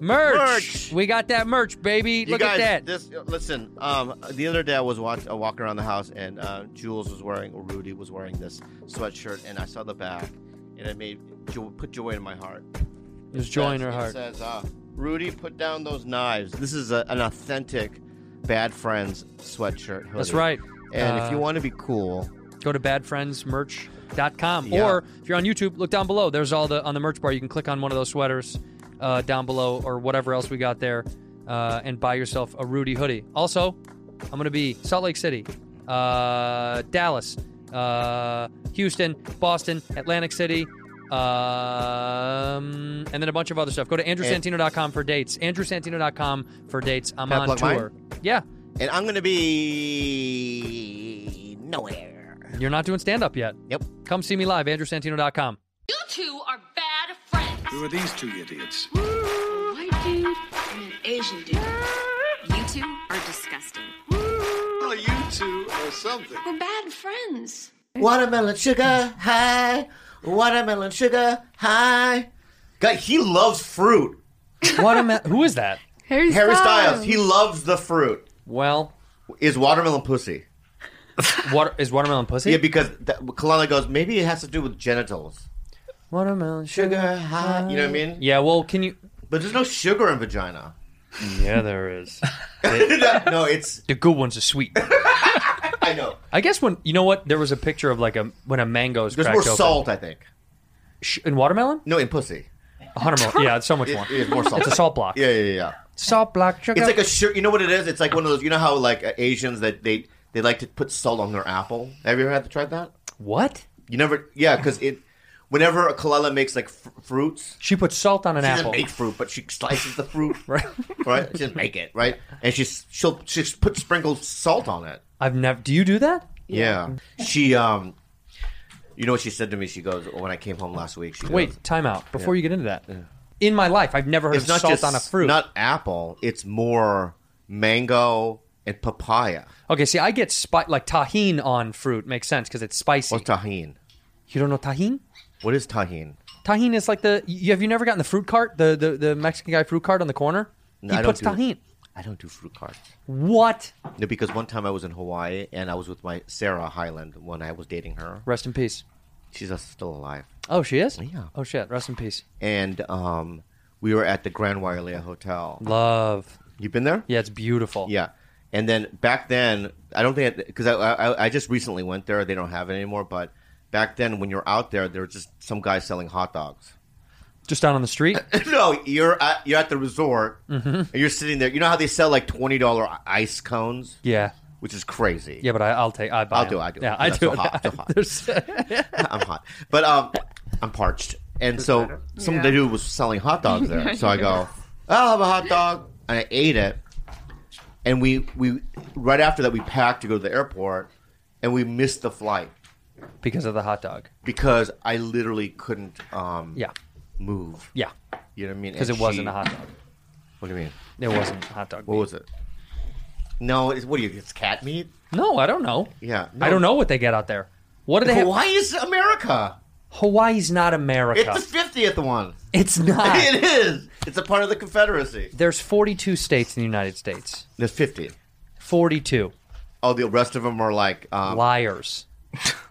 Merch. Merch. We got that merch, baby. You Look guys, at that. This uh, listen. Um, the other day I was watch, uh, walking around the house, and uh, Jules was wearing, or Rudy was wearing this sweatshirt, and I saw the back, and it made jo- put joy in my heart. There's joy in says- her it heart. says, uh, "Rudy, put down those knives." This is a, an authentic Bad Friends sweatshirt. hoodie. That's right. And Uh, if you want to be cool, go to badfriendsmerch.com Yeah. or if you're on youtube look down below there's all the on the merch bar you can click on one of those sweaters uh, down below or whatever else we got there uh, and buy yourself a rudy hoodie also i'm going to be salt lake city uh, dallas uh, houston boston atlantic city um, and then a bunch of other stuff go to andrewsantino.com for dates andrewsantino.com for dates i'm Can I on plug mine? tour yeah and I'm gonna be nowhere. you're not doing stand-up yet Yep. come see me live andrewsantino.com You two are bad friends. Who are these two idiots? White dude and an Asian dude. You two are disgusting. Well, you two or something. We're bad friends. Watermelon sugar high. Watermelon sugar high. God, he loves fruit. what am I, who is that Harry, Harry Styles, he loves the fruit. Well, Is watermelon pussy? water is watermelon pussy. Yeah, because that, Kalana goes. Maybe it has to do with genitals. watermelon Sugar high. You know what I mean? Yeah, well, can you? But there's no sugar in vagina. Yeah, there is. no, no, it's. The good ones are sweet. I know. I guess when you know what, there was a picture of like a when a mango is There's cracked more open. salt, I think. Sh- in watermelon. No, in pussy. Watermelon. Yeah, it's so much more. It is more salt. It's a salt block. Yeah, yeah, yeah. Salt block sugar. It's like a sugar. You know what it is? It's like one of those. You know how like uh, Asians that they they like to put salt on their apple. Have you ever had to try that? what? You never. Yeah, because it. Whenever a Kalala makes like fr- fruits, She puts salt on an She apple. doesn't make fruit, but she slices the fruit, right? Right? She doesn't make it, right? And she's she'll she put sprinkled salt on it. I've never. Do you do that? Yeah. She um, you know what she said to me? She goes, when I came home last week, she goes, Wait, time out. Before you get into that, in my life, I've never heard it's of not salt just on a fruit. not apple. It's more mango and papaya okay, see, I get spi- like tahine on fruit makes sense because it's spicy. or tahine. you don't know tahine? What is tahine? Tahine is like the. You, have you never gotten the fruit cart? The the, the Mexican guy fruit cart on the corner. No, he I don't puts do- tahine. I don't do fruit cards. What? No, because one time I was in Hawaii and I was with my Sarah Highland when I was dating her. Rest in peace. She's uh, still alive. Oh, she is. Yeah. Oh shit. Rest in peace. and um, we were at the Grand Wailea Hotel. Love. You've been there? Yeah, it's beautiful. Yeah. And then back then, I don't think because I, I I just recently went there. They don't have it anymore. But back then, when you're out there, there was just some guy selling hot dogs. Just down on the street. no, you're at, you're at the resort and you're sitting there. You know how they sell like twenty dollar ice cones, yeah. which is crazy. Yeah, but I, I'll take. I buy I'll them. do it, I'll do it, Yeah, 'cause I that's do. so hot, so hot. There's- I'm hot, but um, I'm parched, and so some of the dude was selling hot dogs there. So I go, I'll have a hot dog, and I ate it, and we we right after that we packed to go to the airport, and we missed the flight because of the hot dog. because I literally couldn't um Yeah. move. Yeah. You know what I mean? Because it And wasn't she- a hot dog. What do you mean? It wasn't a hot dog. What was it? No, it's, what do you? It's cat meat. No, I don't know. Yeah, I don't no. know what they get out there. What do they have? Hawaii is America. Hawaii's not America. It's the fiftieth one. It's not. It is. It's a part of the Confederacy. There's 42 states in the United States. The fiftieth. 42 Oh, the rest of them are like, um, liars.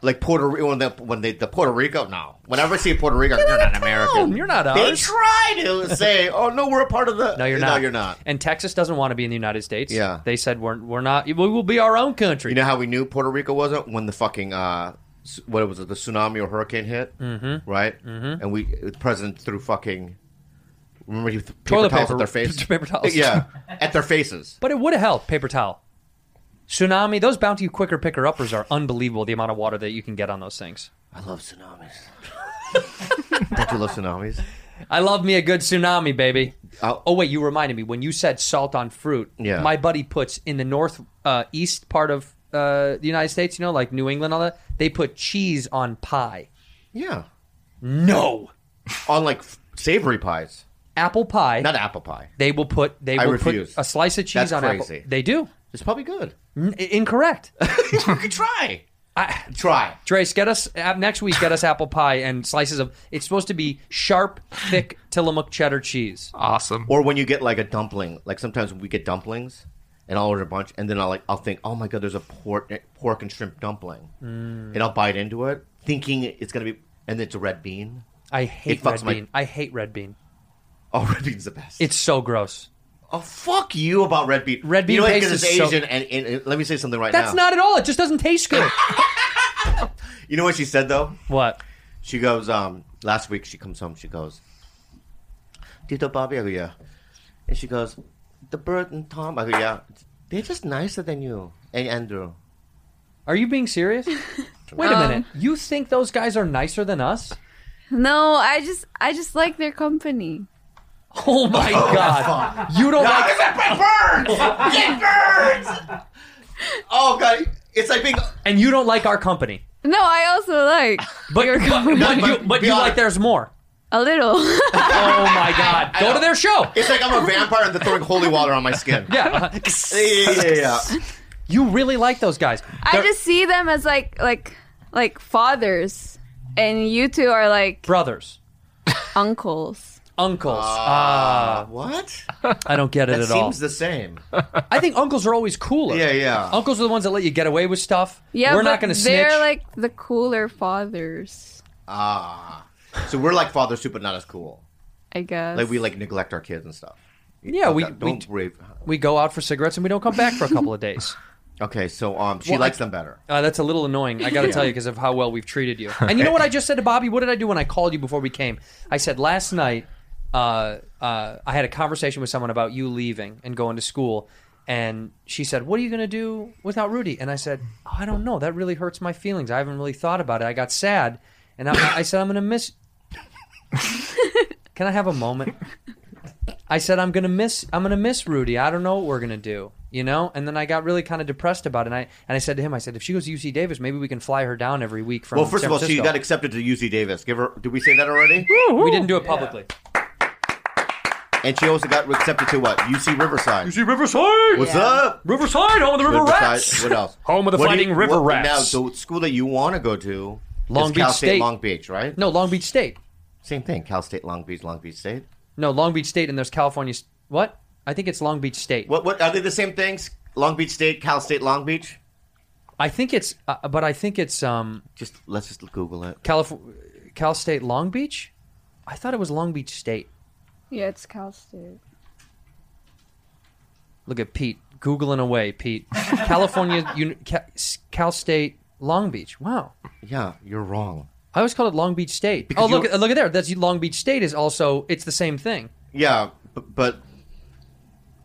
like Puerto Rico. When, the, when they, the Puerto Rico, no. Whenever I see Puerto Rico, you're not American. You're not They ours. try to say, "Oh no, we're a part of the." No, you're not. No, you're not. And Texas doesn't want to be in the United States. Yeah. They said we're we're not. We will be our own country. You know how we knew Puerto Rico wasn't when the fucking uh, s- what was it, the tsunami or hurricane hit, mm-hmm. right? Mm-hmm. And we the president threw fucking remember he threw paper Toilet towels paper. at their faces, Paper towels. yeah, at their faces. but it would have helped. Paper towel. Tsunami. Those bounty quicker picker uppers are unbelievable. The amount of water that you can get on those things. I love tsunamis. Don't you love tsunamis? I love me a good tsunami, baby. I'll- oh wait, you reminded me when you said salt on fruit. Yeah. My buddy puts in the north uh, east part of uh, the United States. You know, like New England, all that. They put cheese on pie. Yeah. No, On like f- savory pies, apple pie. not apple pie. they will put. They I will refuse. put a slice of cheese That's on crazy. apple. They do. It's probably good. N- incorrect. you could try. I, Try. Trace, get us uh, next week. Get us apple pie and slices of. It's supposed to be sharp, thick Tillamook cheddar cheese. Awesome. Or when you get like a dumpling, like sometimes we get dumplings, and I'll order a bunch, and then I'll like I'll think, oh my god, there's a pork pork and shrimp dumpling, Mm. and I'll bite into it, thinking it's gonna be, and it's a red bean. I hate It fucks red my- bean. I hate red bean. Oh, red bean's the best. It's so gross. oh fuck you about red bean. Red bean you know, paste because it's is so- Asian, and, and, and let me say something right That's now. not at all. It just doesn't taste good. You know what she said though? what? She goes, um, last week she comes home, she goes, Tito Bobby, I go, yeah. And she goes, the bird and Tom, I go, yeah. They're just nicer than you and Andrew. Are you being serious? Wait Um, a minute. You think those guys are nicer than us? No, I just I just like their company. Oh my god! You don't like birds! Get birds! Oh god, it's like being. and you don't like our company, No, I also like but your but, company but No, you, but but be you like honest. theirs more. a little. Oh my god! I Go to know. their show. It's like I'm a vampire and they're throwing holy water on my skin. Yeah, Yeah, yeah, yeah, yeah. you really like those guys. I They're- just see them as like like like fathers, and you two are like brothers, uncles. uncles. Ah, Uh, what? I don't get it That at seems all. the same. I think uncles are always cooler. Yeah, yeah. Uncles are the ones that let you get away with stuff. Yeah, we're not but going to snitch. They're like the cooler fathers, Ah. so we're like father soup, but not as cool. I guess. Like we like neglect our kids and stuff. yeah, we, Don't- we don't brave. we go out for cigarettes and we don't come back for a couple of days. Okay, so um, she Well, I- likes them better. Uh, that's a little annoying. I got to tell you because of how well we've treated you. And you know what I just said to Bobby? What did I do when I called you before we came? I said last night uh, uh, I had a conversation with someone about you leaving and going to school, and she said, "What are you going to do without Rudy?" And I said, "Oh, "I don't know. That really hurts my feelings. I haven't really thought about it. I got sad, and I, I said I'm going to miss." Can I have a moment? I said I'm gonna miss I'm gonna miss Rudy. I don't know what we're gonna do, you know. And then I got really kind of depressed about it. And I and I said to him, I said if she goes to UC Davis, maybe we can fly her down every week from. Well, first San of all, she Francisco. got accepted to UC Davis. Give her. Did we say that already? We didn't do it publicly. and she also got accepted to what? UC Riverside. Riverside, What's up? Riverside, home of the River Riverside. Rats. What else? Home of the What do Fighting River what- Rats. Now, the school that you want to go to, Long is Cal Beach State, State. Long Beach, right? No, Long Beach State. Same thing. Cal State, Long Beach, Long Beach State. No, Long Beach State, and there's California. s- What? I think it's Long Beach State. What? What are they the same things? Long Beach State, Cal State, Long Beach. I think it's, uh, but I think it's um Just let's just Google it. Calif- Cal State Long Beach. I thought it was Long Beach State. yeah, it's Cal State. Look at Pete googling away. Pete, California, Uni- Ca- S- Cal State, Long Beach. Wow, Yeah, you're wrong. I always called it Long Beach State. Because oh, look, you're- at look at there. That's Long Beach State is also it's the same thing. Yeah, but, but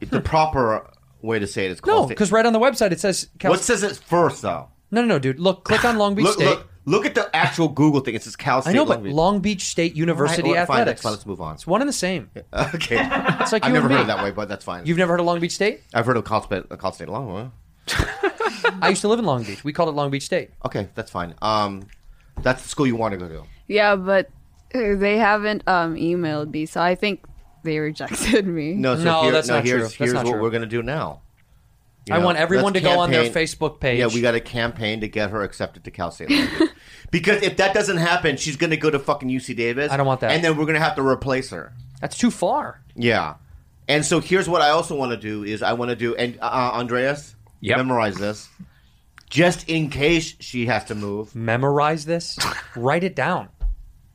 the proper way to say it is Cal No, State. because right on the website it says Cal. what says it first though? no, no, no, dude. Look, click on Long Beach Look, State. look, look at the actual Google thing. It says Cal State. I know, Long but Beach. Long Beach State University All right, fine, athletics. that's fine, let's move on. It's one and the same. Okay, It's like you I've and never me. heard it that way, but that's fine. You've never heard of Long Beach State? I've heard of Cal State, uh, Cal State Long. huh? I used to live in Long Beach. We called it Long Beach State. Okay, that's fine. Um, that's the school you want to go to. Yeah, but uh, they haven't um emailed me, so I think they rejected me. No, so No, here- that's no, not true. here's, That's Here's not what true. we're gonna do now. You I know, want everyone to let's go on their campaign- Facebook page. Yeah, we got to campaign to get her accepted to Cal State. Long Beach. because if that doesn't happen, she's gonna go to fucking UC Davis. I don't want that. And then we're gonna have to replace her. That's too far. Yeah. And so here's what I also want to do is I want to do and uh, Andreas Yep. memorize this just in case she has to move. Memorize this. Write it down.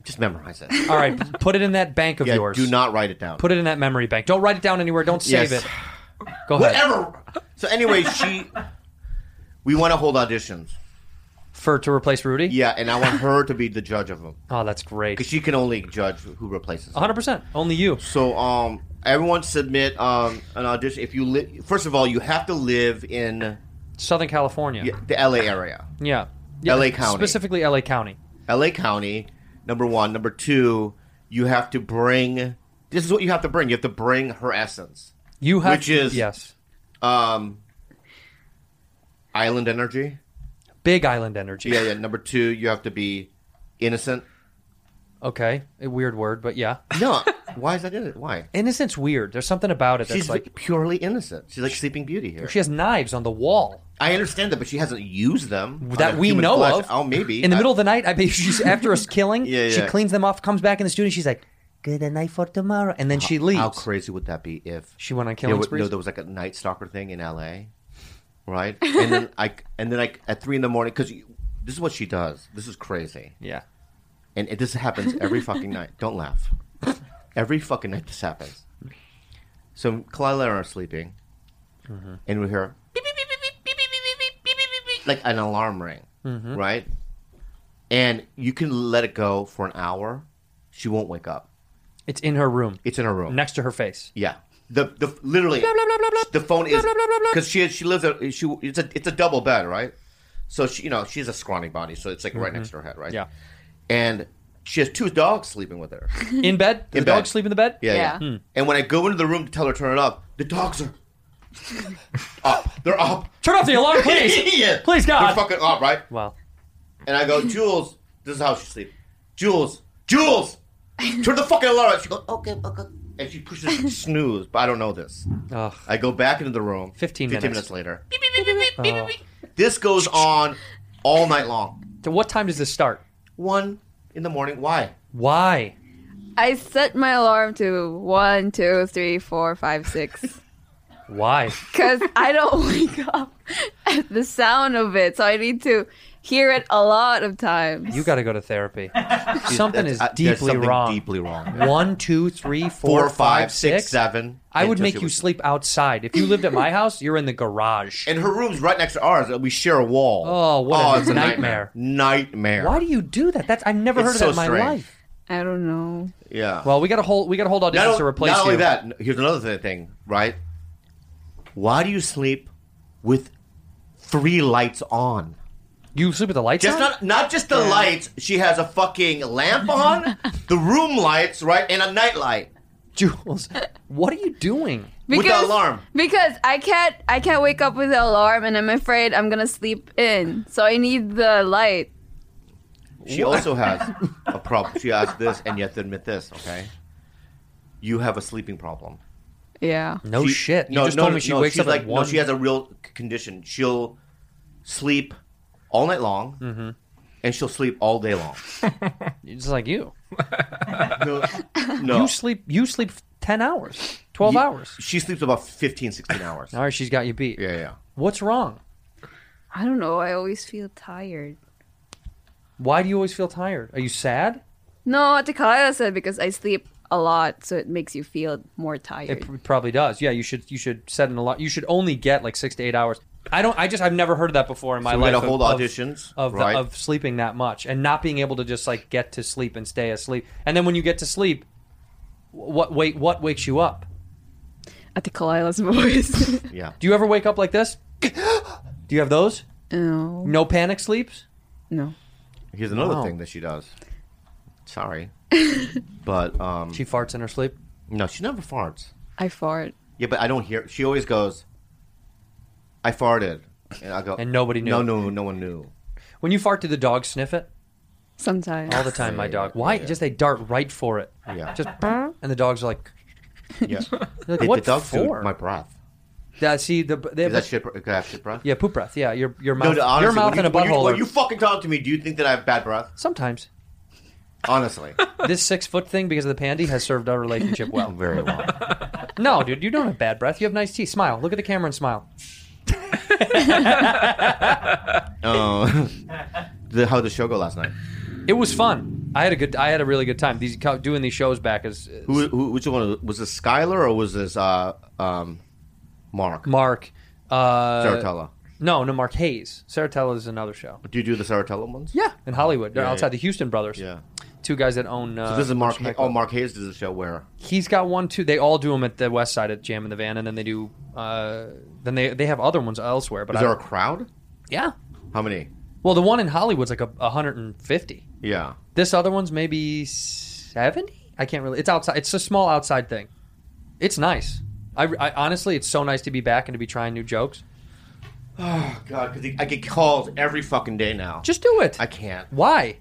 Just memorize it. All right, p- put it in that bank of Yeah, yours. do not write it down. Put it in that memory bank. Don't write it down anywhere. Don't save Yes. it. Go ahead. whatever. So anyway, she we want to hold auditions. For to replace Rudy? Yeah, and I want her to be the judge of them Oh, that's great. because she can only judge who replaces. her. 100%. Only you. So um, everyone submit um an audition. If you live, first of all, you have to live in Southern California. the LA area, Yeah. LA County. Specifically LA County. LA County. Number one, number two, you have to bring. this is what you have to bring. You have to bring her essence, You have Which is- yes, um, island energy. big island energy. Yeah, yeah. Number two, you have to be innocent. Okay, a weird word, but yeah, No, why is that in it? Why? innocent's weird. There's something about it that's She's like purely innocent. She's like Sleeping Beauty here. she has knives on the wall I understand that, but she hasn't used them on that the we human know flesh. of. Oh, maybe in the I- middle of the night. I bet she's after us killing. Yeah, She yeah. cleans them off, comes back in the studio. She's like, "Good night for tomorrow," and then she leaves. How crazy would that be if She went on there, killing was, sprees. no, there was like a night stalker thing in L.A. Right, and then I and then like at three in the morning because this is what she does. This is crazy, yeah, and it, this happens every fucking night. Don't laugh. Every fucking night this happens. So Kalila and I are sleeping, Mm-hmm. and we hear beep, beep, beep, beep, beep, beep, beep, beep, beep, beep, beep, beep, like an alarm ring, Mm-hmm. right? And you can let it go for an hour. She won't wake up. it's in her room, It's in her room. next to her face. Yeah. The the literally the phone is because she she lives a she it's a it's a double bed right, so she you know she's a scrawny body so it's like right next to her head right Mm-hmm. Yeah. and she has two dogs sleeping with her In bed, Does the In dog bed. sleep in the bed. yeah, yeah. and when I go into the room to tell her to turn it off the dogs are up they're up Turn off the alarm, please. yeah. Please, God. they're fucking up right wow. and I go Jules this is how she sleeps Jules Jules turn the fucking alarm on." she goes okay okay and she pushes snooze but I don't know this. Ugh. I go back into the room. 15 minutes. later. Oh. This goes on all night long. To what time does this start? One in the morning. Why? Why? I set my alarm to one, two, three, four, five, six. Why? Because I don't wake up at the sound of it. So I need to hear it a lot of times. You got to go to therapy. something That's- is uh, there's deeply something wrong. Deeply wrong. One, two, three, Four, four, five, six. six, seven. I would Until make she you was- sleep outside. If you lived at my house, you're in the garage. And her room's right next to ours. We share a wall. Oh, what a it's nightmare. Nightmare. Why do you do that? That's I've never It's heard of so that in my strange. life. I don't know. Yeah. Well, we got to hold. We got to hold auditions not, to o- replace not only you. that, n- here's another thi- thing, right? Why do you sleep with three lights on? You sleep with the lights Just on. not not just the lights. She has a fucking lamp on, the room lights, right, and a night light. Jules, what are you doing? With the alarm. Because I can't I can't wake up with the alarm and I'm afraid I'm gonna sleep in. So I need the light. She also has a problem. She has this, and you have to admit this, okay? You have a sleeping problem. Yeah. No She- shit. You no, just no, told me she no, wakes she's up like at one. no. She has a real c- condition. She'll sleep all night long, Mm-hmm. and she'll sleep all day long. It's like you. No, no. You sleep. You sleep ten hours, twelve You- hours. She sleeps about 15, 16 hours. All right, she's got you beat. Yeah, yeah. What's wrong? I don't know, I always feel tired. Why do you always feel tired? Are you sad? No, what Takaya said because I sleep a lot, so it makes you feel more It tired. pr- probably does. Yeah, you should. You should set an alarm. You should only get like six to eight hours. I don't. I just. I've never heard of that before in my So we life. gotta of- hold of- auditions, of the- right? of sleeping that much and not being able to just like get to sleep and stay asleep. And then when you get to sleep, wh- what wait what wakes you up? At the Kalila's voice. yeah. Do you ever wake up like this? Do you have those? no. No panic sleeps. No. Here's another Wow. thing that she does. Sorry, but um, She farts in her sleep. no, she never farts. I fart. Yeah, but I don't hear. She always goes, "I farted," and I go, And nobody knew. No, no, no one knew. When you fart, do the dogs sniff it? Sometimes. All the time, my dog. Why? Yeah. Just they dart right for it. Yeah, Just and the dogs are like, yeah. like, Did what the dog for? do my breath? Yeah, see the they Is that shit? Could I have shit breath? Yeah, poop breath. Yeah, your your No, mouth, no, honestly, your mouth when you, and a when you- butthole. When are- you fucking talk to me, do you think that I have bad breath? Sometimes Honestly, this six foot thing because of the pandy has served our relationship Oh, well. very well. No, dude, you don't have bad breath. You have nice teeth. Smile. Look at the camera and smile. Oh, the, how the show go last night? It was fun. I had a good. I had a really good time. These co- doing these shows back is is- Who, who, which one was this? Skylar or was this uh, um, Mark Mark. Uh, Saratella? No, no, Mark Hayes. Saratella is another show. Do you do the Saratella ones? Yeah, in Hollywood, They're Yeah, outside yeah. the Houston brothers. Yeah. two guys that own. Uh, So this is Mark. Schmeckler. Oh, Mark Hayes does a show where He's got one too. They all do them at the West Side at Jam in the Van, and then they do. Uh, then they they have other ones elsewhere. But is I, there a crowd? yeah. How many? Well, the one in Hollywood's like a, a hundred and fifty. Yeah. This other one's maybe seventy. I can't really. It's outside. It's a small outside thing. It's nice. I, I honestly, it's so nice to be back and to be trying new jokes. God, because I get called every fucking day now. Just do it. I can't. Why?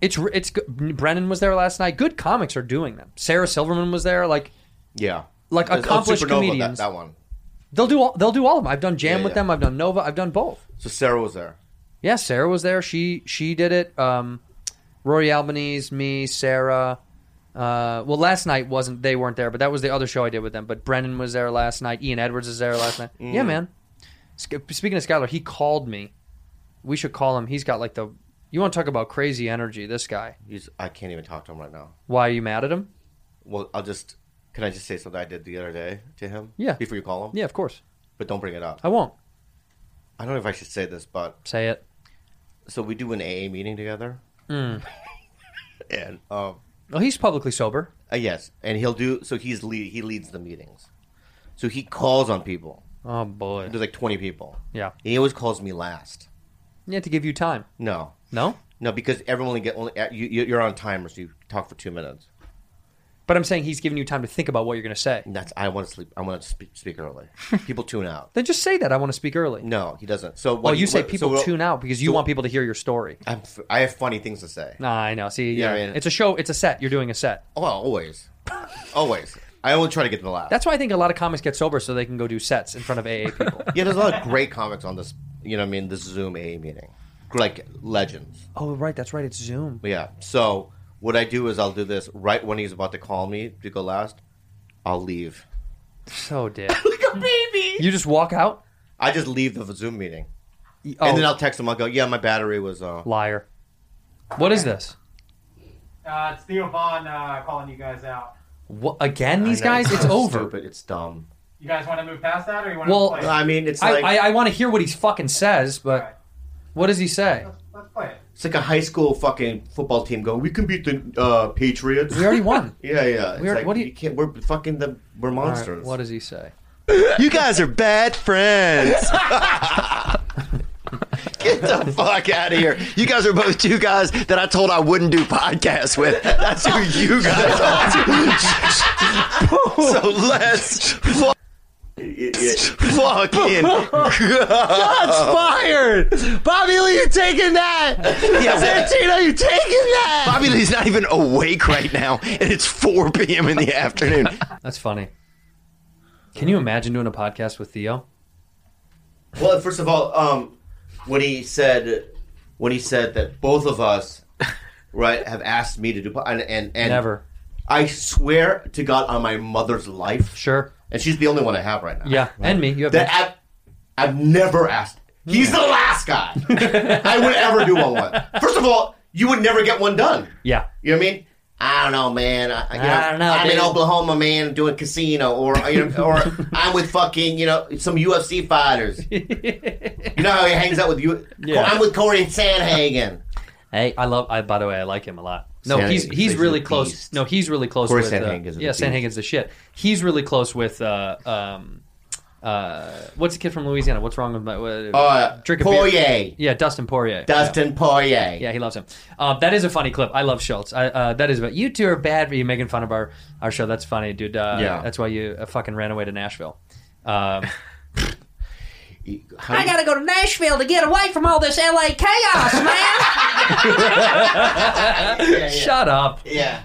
It's r- it's g- Brennan was there last night. Good comics are doing them. Sarah Silverman was there. Like Yeah, Like There's- oh, accomplished Supernova, that- comedians. That, one. they'll do all they'll do all of them. I've done Jam Yeah, with yeah. them. I've done Nova. I've done both. So Sarah was there. Yeah, Sarah was there. She she did it. Um, Rory Albanese, me, Sarah. Uh, well, last night wasn't they weren't there, but that was the other show I did with them. But Brennan was there last night. Ian Edwards is there last night. Mm. Yeah, man. Sk- Speaking of Skylar, he called me. We should call him. He's got like the you want to talk about crazy energy. This guy. He's, I can't even talk to him right now. Why are you mad at him? Well, I'll just. Can I just say something I did the other day to him? Yeah. Before you call him. Yeah, of course. But don't bring it up. I won't I don't know if I should say this, but say it. so we do an AA meeting together. Hmm. and um, Well, he's publicly sober. uh, yes, and he'll do. So he's lead, he leads the meetings. So he calls on people. Oh boy. There's like 20 people. Yeah. And he always calls me last. You have to give you time. No, No. no, because everyone only get only you, you- you're on timer, so you talk for two minutes. But I'm saying he's giving you time to think about what you're going to say. And that's I want to sleep. I want to speak, speak early. People tune out. Then just say that. I want to speak early. No, he doesn't. So what Well, Oh, he- you say what- people so what- tune out because you want people to hear your story. I'm, f- I have funny things to say. Nah, I know. See, yeah, Yeah, yeah. it's a show. It's a set. You're doing a set. Oh, Well, always, always. I only try to get to the last. That's why I think a lot of comics get sober so they can go do sets in front of AA people. yeah. There's a lot of great comics on this. You know, what I mean, this Zoom AA meeting, like legends. oh, right. That's right. It's Zoom. But yeah. So what I do is I'll do this right when he's about to call me to go last. I'll leave. So dick. like a baby. You just walk out. I just leave the Zoom meeting, Y- Oh, and then I'll text him. I'll go, yeah, my battery was. Uh, liar. What is this? Uh, it's Theo Vaughn uh, calling you guys out. What, again, these I know, guys? It's, so over. Stupid. It's dumb. You guys want to move past that, or you want Well, to play? it? I mean, it's I, like I, I want to hear what he fucking says, but Alright. what does he say? Let's, let's play it. it's like a high school fucking football team going, we can beat the uh, Patriots. We already won. Yeah, yeah. It's We're- like, what do you- can't, we're fucking the we're All right, monsters. what does he say? You guys are bad friends. Get the fuck out of here. You guys are both two guys that I told I wouldn't do podcasts with. That's who you guys are. so let's fu- fucking Shots fired! Bobby Lee, you're taking that! Yeah, Santino, you're taking that! Bobby Lee's not even awake right now, and it's 4 p.m. in the afternoon. That's funny. Can you imagine doing a podcast with Theo? Well, first of all, um, when he said when he said that both of us right have asked me to do po- and and, and Never. I swear to God on my mother's life, Sure. and she's the only one I have right now. Yeah. And me. You have that I've, I've never asked. He's the last guy I would ever do on one. First of all, you would never get one done. Yeah. You know what I mean? I don't know, man. I, you know, I don't know, I'm in dude. Oklahoma, man, doing casino, or you know, or I'm with fucking you know some UFC fighters. you know how he hangs out with you. Yeah. I'm with Corey Sandhagen. Hey, I love. I by the way, I like him a lot. No, Sandhagen he's is he's a really close. beast. No, he's really close Corey with. uh, Sandhagen is a yeah, beast. Sandhagen's the shit. He's really close with. Uh, um, uh, what's the kid from Louisiana? What's wrong with my? Uh, Uh, Drink a beer. Poirier, yeah, Dustin Poirier. Dustin Poirier. Yeah, he loves him. Uh, that is a funny clip. I love Schultz. I, uh, that is, but you two are bad. for You making fun of our, our show? That's funny, dude. Uh, Yeah. That's why you uh, fucking ran away to Nashville. Um, He- how do you- go to Nashville to get away from all this LA chaos, man. Shut up. yeah.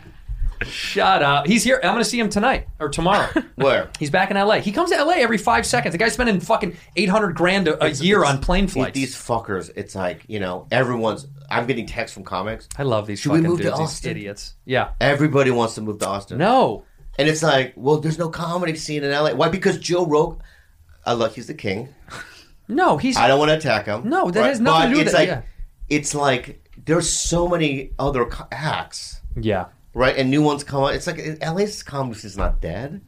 Shut up. He's here. I'm going to see him tonight or tomorrow. Where? He's back in LA. He comes to LA every five seconds. The guy's spending fucking 800 grand a, a year on plane flights. These fuckers. It's like you know, everyone's. I'm getting texts from comics. I love these Should we fucking move to dudes, these Austin? idiots. Yeah. Everybody wants to move to Austin. No. And it's like, well, there's no comedy scene in LA. Why? Because Joe Rogan. I love. He's the king. No, he's. I don't want to attack him. No, that that is has nothing to do with it's it, Like, yeah. It's like there's so many other co- acts, yeah. right? And new ones come out. It's like LA's comedy is not dead.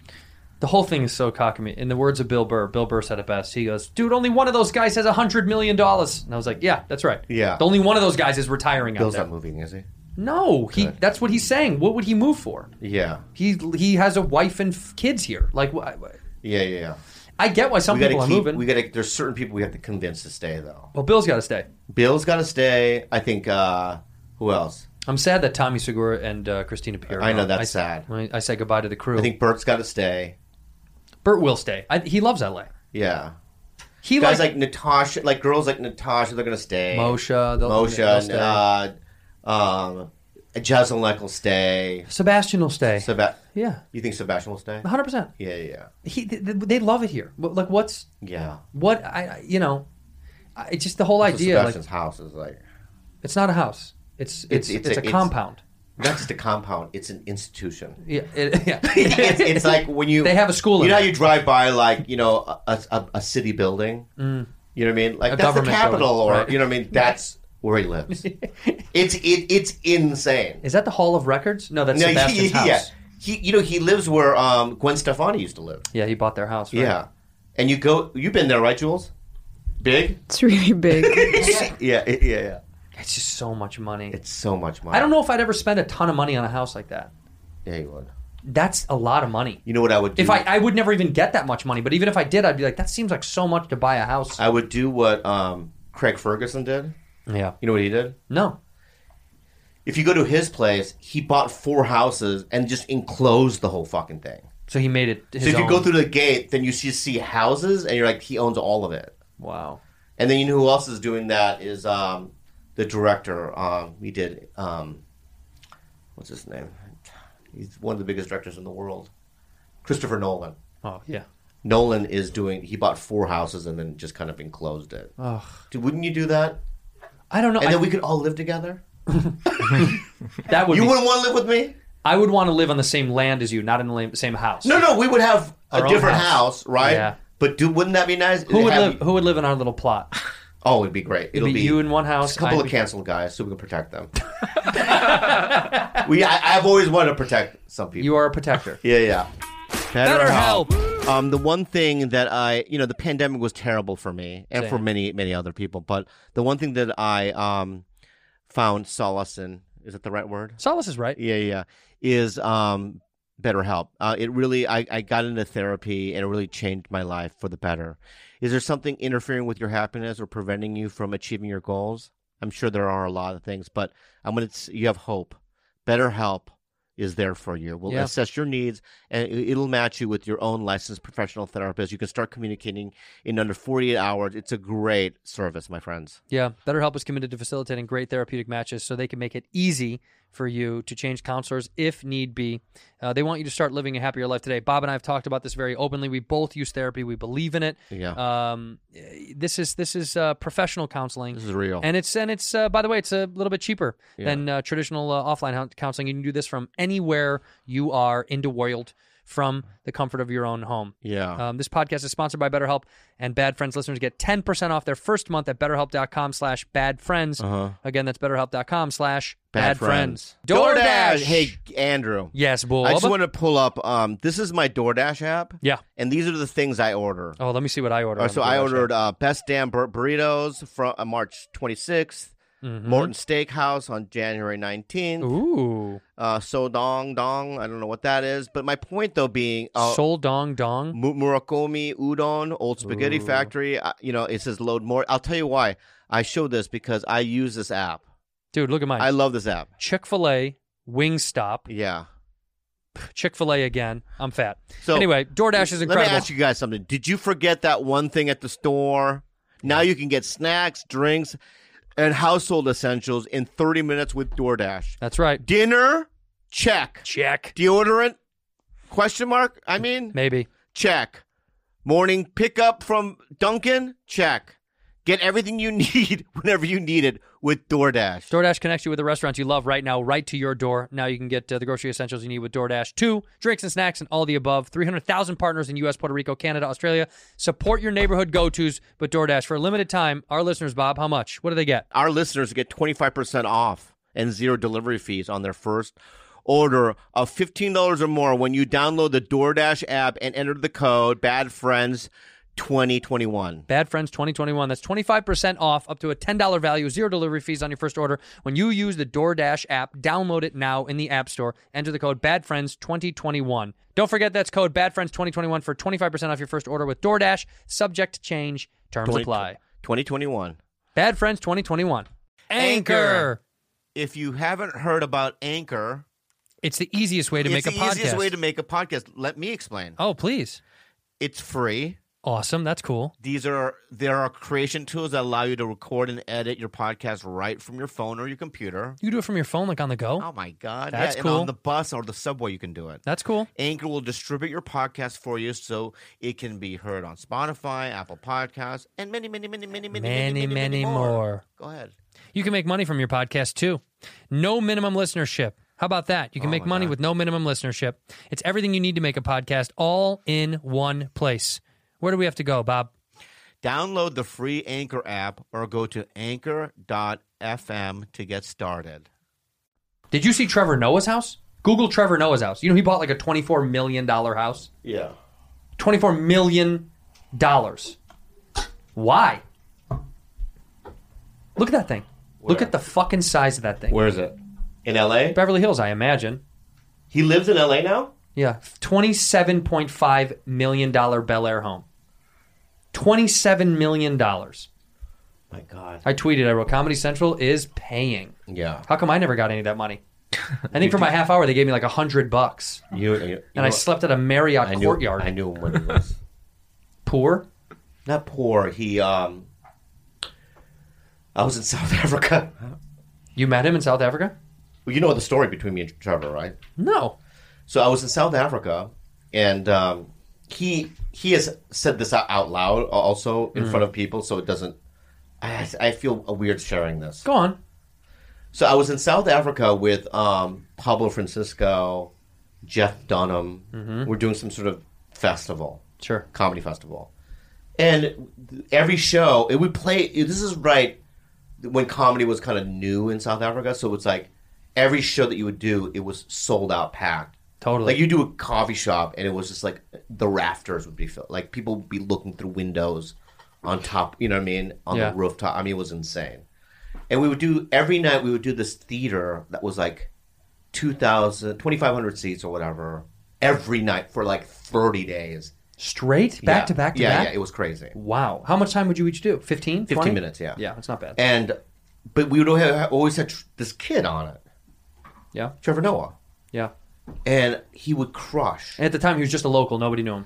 The whole thing is so cockamy. In the words of Bill Burr, Bill Burr said it best. He goes, "Dude, only one of those guys has a hundred million dollars." And I was like, "Yeah, that's right. Yeah. the only one of those guys is retiring out Bill's there." not moving, is he? No, he. Good. That's what he's saying. What would he move for? Yeah, He he has a wife and f- kids here. Like, wh- yeah, yeah. yeah. I get why some We gotta people are keep. moving. We gotta. There's certain people we have to convince to stay, though. well, Bill's got to stay. Bill's gotta stay. I think. uh Who else? I'm sad that Tommy Segura and uh, Christina Pierre. I know, that's sad. I, I say goodbye to the crew. I think Bert's got to stay. Bert will stay. I, he loves LA. Yeah. He Guys likes like, Natasha, like girls like Natasha, they're gonna stay. Moshe. They'll, they'll Moshe, stay. uh, um, Jezelnik will stay. Sebastian will stay. Seba- yeah, you think Sebastian will stay? 100. percent Yeah, yeah, He th- th- they love it here. Wh- Like what's yeah. what I I- you know, I, it's just the whole So idea. Like Sebastian's house is like it's not a house. It's it's it's, It's- it's a, a- it's- compound. not just a compound; it's an institution. Yeah, it- yeah. it's, it's like when you They have a school You in know how it. you drive by like you know a, a- a, a city building. You know what I mean? Like Mm. A that's the government capital, building, or right. you know what I mean? That's where he lives. it's it, it's insane. Is that the Hall of Records? No, that's Sebastian's house. yeah. He, you know, he lives where um, Gwen Stefani used to live. Yeah, he bought their house. Right? Yeah, and you go. You've been there, right, Jules? Big. It's really big. yeah, yeah, yeah, yeah. it's just so much money. It's so much money. I don't know if I'd ever spend a ton of money on a house like that. Yeah, you would. That's a lot of money. You know what I would do? If I, I would never even get that much money, but even if I did, I'd be like, that seems like so much to buy a house. I would do what um, Craig Ferguson did. yeah. You know what he did? No. If you go to his place, he bought four houses and just enclosed the whole fucking thing. So he made it. His So if own. you go through the gate, then you just see houses, and you're like, he owns all of it. Wow. And then you know who else is doing that is um, the director. Um, he did um, what's his name? He's one of the biggest directors in the world, Christopher Nolan. Oh yeah. Nolan is doing. He bought four houses and then just kind of enclosed it. Ugh. Dude, wouldn't you do that? I don't know. And I, then we could all live together. that would. You be- wouldn't want to live with me? I would want to live on the same land as you, not in the la- same house. No, no. We would have Our a own different house. house, right? Yeah. But dude, wouldn't that be nice? Who would Have live? you- Who would live in our little plot? oh, it'd be great. It'll It'd be you in one house. Just a I'd couple of be- canceled guys, so we can protect them. we, I, I've always wanted to protect some people. You are a protector. Yeah, yeah. Better help. Um, the one thing that I, you know, the pandemic was terrible for me and for Same. many, many other people. But the one thing that I um, found solace in is that the right word? Solace is right. Yeah, yeah. Is um, BetterHelp. Uh, it really, I, I got into therapy and it really changed my life for the better. Is there something interfering with your happiness or preventing you from achieving your goals? I'm sure there are a lot of things, but I'm gonna. s- You have hope. BetterHelp is there for you. We'll Yeah. assess your needs and it- it'll match you with your own licensed professional therapist. You can start communicating in under 48 hours. It's a great service, my friends. Yeah, BetterHelp is committed to facilitating great therapeutic matches so they can make it easy for you to change counselors if need be. Uh, they want you to start living a happier life today. Bob and I have talked about this very openly. We both use therapy. We believe in it. Yeah. Um, eh, this is this is uh, professional counseling. This is real. And it's and it's uh, by the way, it's a little bit cheaper than uh, traditional uh, offline hou- counseling. You can do this from anywhere you are in the world, from the comfort of your own home. yeah. Um, this podcast is sponsored by BetterHelp, and Bad Friends listeners get 10% off their first month at betterhelp.com slash bad friends. Uh-huh. Again, that's betterhelp.com slash bad friends. DoorDash! Hey, Andrew. Yes, Oh, Bob. I just want to pull up. Um, this is my DoorDash app. Yeah. And these are the things I order. Oh, let me see what I ordered. All on right, so the I DoorDash ordered app. uh, Best Damn Bur- Burritos from uh, March 26th, Morton Steakhouse on January 19th, Mm-hmm. Ooh. uh, So Dong Dong. I don't know what that is, but my point though being. Uh, Sol Dong Dong. Mu- Murakami Udon, Old Spaghetti Factory. Uh, you know, it says load more. I'll tell you why. I show this because I use this app. Dude, look at mine. I love this app. Chick fil A, Wingstop, Yeah. Chick fil A again. I'm fat. So- anyway, DoorDash is incredible. Let me ask you guys something. Did you forget that one thing at the store? Now you can get snacks, drinks, and household essentials in 30 minutes with DoorDash. That's right. Dinner, check. Check. Deodorant, question mark? I mean, Maybe. check. Morning pickup from Dunkin', check. Get everything you need whenever you need it with DoorDash. DoorDash connects you with the restaurants you love right now, right to your door. Now you can get uh, the grocery essentials you need with DoorDash. Two, drinks and snacks and all the above. 300,000 partners in U.S., Puerto Rico, Canada, Australia. Support your neighborhood go-tos with DoorDash. For a limited time, our listeners, Bob, how much? What do they get? our listeners get 25% off and zero delivery fees on their first order of $15 or more when you download the DoorDash app and enter the code BADFRIENDS2021. Bad Friends 2021. That's 25% off, up to a $10 value, zero delivery fees on your first order. When you use the DoorDash app, download it now in the App Store. Enter the code Bad Friends 2021. Don't forget that's code Bad Friends 2021 for 25% off your first order with DoorDash. Subject to change. Terms apply. 2021. Bad Friends 2021. Anchor. if you haven't heard about Anchor, It's the easiest way to it's make a the podcast. easiest way to make a podcast. Let me explain. oh, please. It's free. Awesome. That's cool. These are there are creation tools that allow you to record and edit your podcast right from your phone or your computer. You do it from your phone, like on the go. Oh my god, That's yeah, cool. And on the bus or the subway, you can do it. That's cool. Anchor will distribute your podcast for you so it can be heard on Spotify, Apple Podcasts, and many, many, many, many, many, many, Many, many more. Go ahead. You can make money from your podcast too. No minimum listenership. How about that? You can make money with no minimum listenership. It's everything you need to make a podcast all in one place. Where do we have to go, Bob? Download the free Anchor app or go to anchor.fm to get started. Did you see Trevor Noah's house? Google Trevor Noah's house. You know, he bought like a $24 million house. Yeah. $24 million. Why? Look at that thing. Look Where? at the fucking size of that thing. Where is it? In L.A. Beverly Hills, I imagine. He lives in L.A. now. Yeah, twenty-seven point five million dollar Bel Air home. Twenty-seven million dollars. My God. I tweeted. I wrote, "Comedy Central is paying." Yeah. How come I never got any of that money? I think for my half hour they gave me like a hundred bucks, You, you- and I you- slept at a Marriott I knew, courtyard. I knew him when he was Poor. not poor. He um. I was in South Africa. You met him in South Africa? Well, you know the story between me and Trevor, right? No. So I was in South Africa, and um, he he has said this out- out loud also Mm. in front of people, so it doesn't. I, I feel weird sharing this. Go on. So I was in South Africa with um, Pablo Francisco, Jeff Dunham. We're doing some sort of festival, Mm-hmm. Sure. comedy festival, and every show it would play. This is right when comedy was kind of new in South Africa, so it's like every show that you would do, it was sold out, packed. Totally. Like you do a coffee shop, and it was just like the rafters would be filled. Like people would be looking through windows on top. You know what I mean? On Yeah. the rooftop. I mean, it was insane. And we would do every night. We would do this theater that was like 2,000, 2,500 seats or whatever every night for like thirty days. Straight back Yeah. to back to yeah, back. Yeah, it was crazy. wow. How much time would you each do? 15? 15 20? minutes, yeah. Yeah, that's not bad. And but we would always have, always had tr- this kid on it, yeah. Trevor Noah, Yeah. and he would crush. And at the time he was just a local, nobody knew him.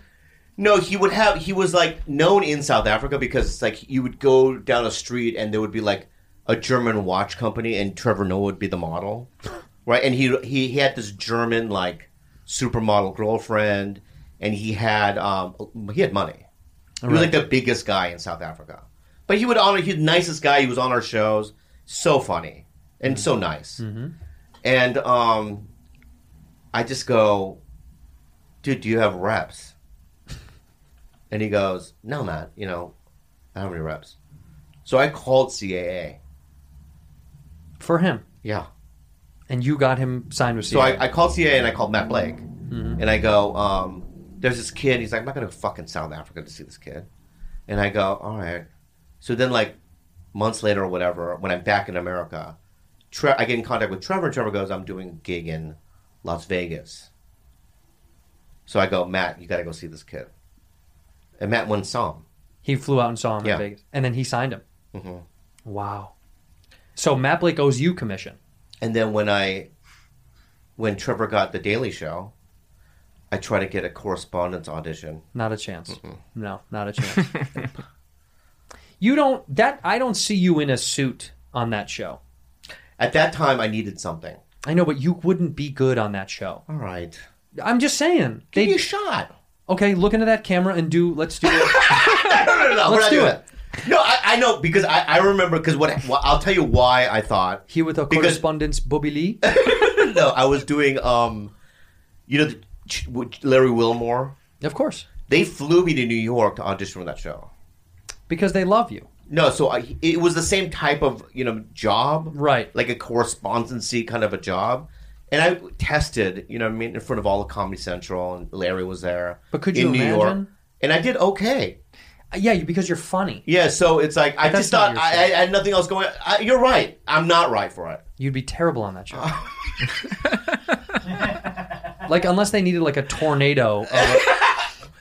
No, he would have. He was like known in South Africa because it's like you would go down a street and there would be like a German watch company and Trevor Noah would be the model, right? And he he, he had this German like supermodel girlfriend, and he had um he had money. He was like the biggest guy in South Africa, but he would honor. He's the nicest guy. He was on our shows, so funny and so nice, and um, I just go, dude, do you have reps? And he goes, No, Matt, you know, I don't have any reps. So I called CAA. For him. Yeah. And you got him signed with So CAA. I, I called CAA and I called Matt Blake. And I go, um, There's this kid. He's like, I'm not going to fucking South Africa to see this kid. And I go, All right. So then, like, months later or whatever, when I'm back in America, Tre- I get in contact with Trevor. And Trevor goes, I'm doing a gig in Las Vegas. So I go, Matt, you got to go see this kid. And Matt went and saw him. He flew out and saw him Yeah. Mm-hmm. in Vegas, and then he signed him. Wow. So Matt Blake owes you commission. And then when I, when Trevor got the Daily Show, I tried to get a correspondence audition. Not a chance. No, not a chance. you don't. That I don't see you in a suit on that show. At that time, I needed something. I know, but you wouldn't be good on that show. All right, I'm just saying. give They you a shot. okay. Look into that camera and do. Let's do it. No, no, no, Let's we're not do doing it. it. No, I, I know because I, I remember because what well, I'll tell you why I thouat Here with a Because- correspondence, Bobby Lee. no I was doing um, you know, the, Ch- Larry Wilmore. of course, They flew me to New York to audition for that show. because they love you. No, so I, it was the same type of you know job, Right. Like a correspondency kind of a job. And I tested, you know, what I mean, in front of all of Comedy Central, and Larry was there. But could you in New York, imagine? and I did okay. Uh, Yeah, you- because you're funny. Yeah, so it's like I that's just not thought your I, I fault. had nothing else going. I, you're right. I'm not right for it. You'd be terrible on that show. like unless they needed like a tornado of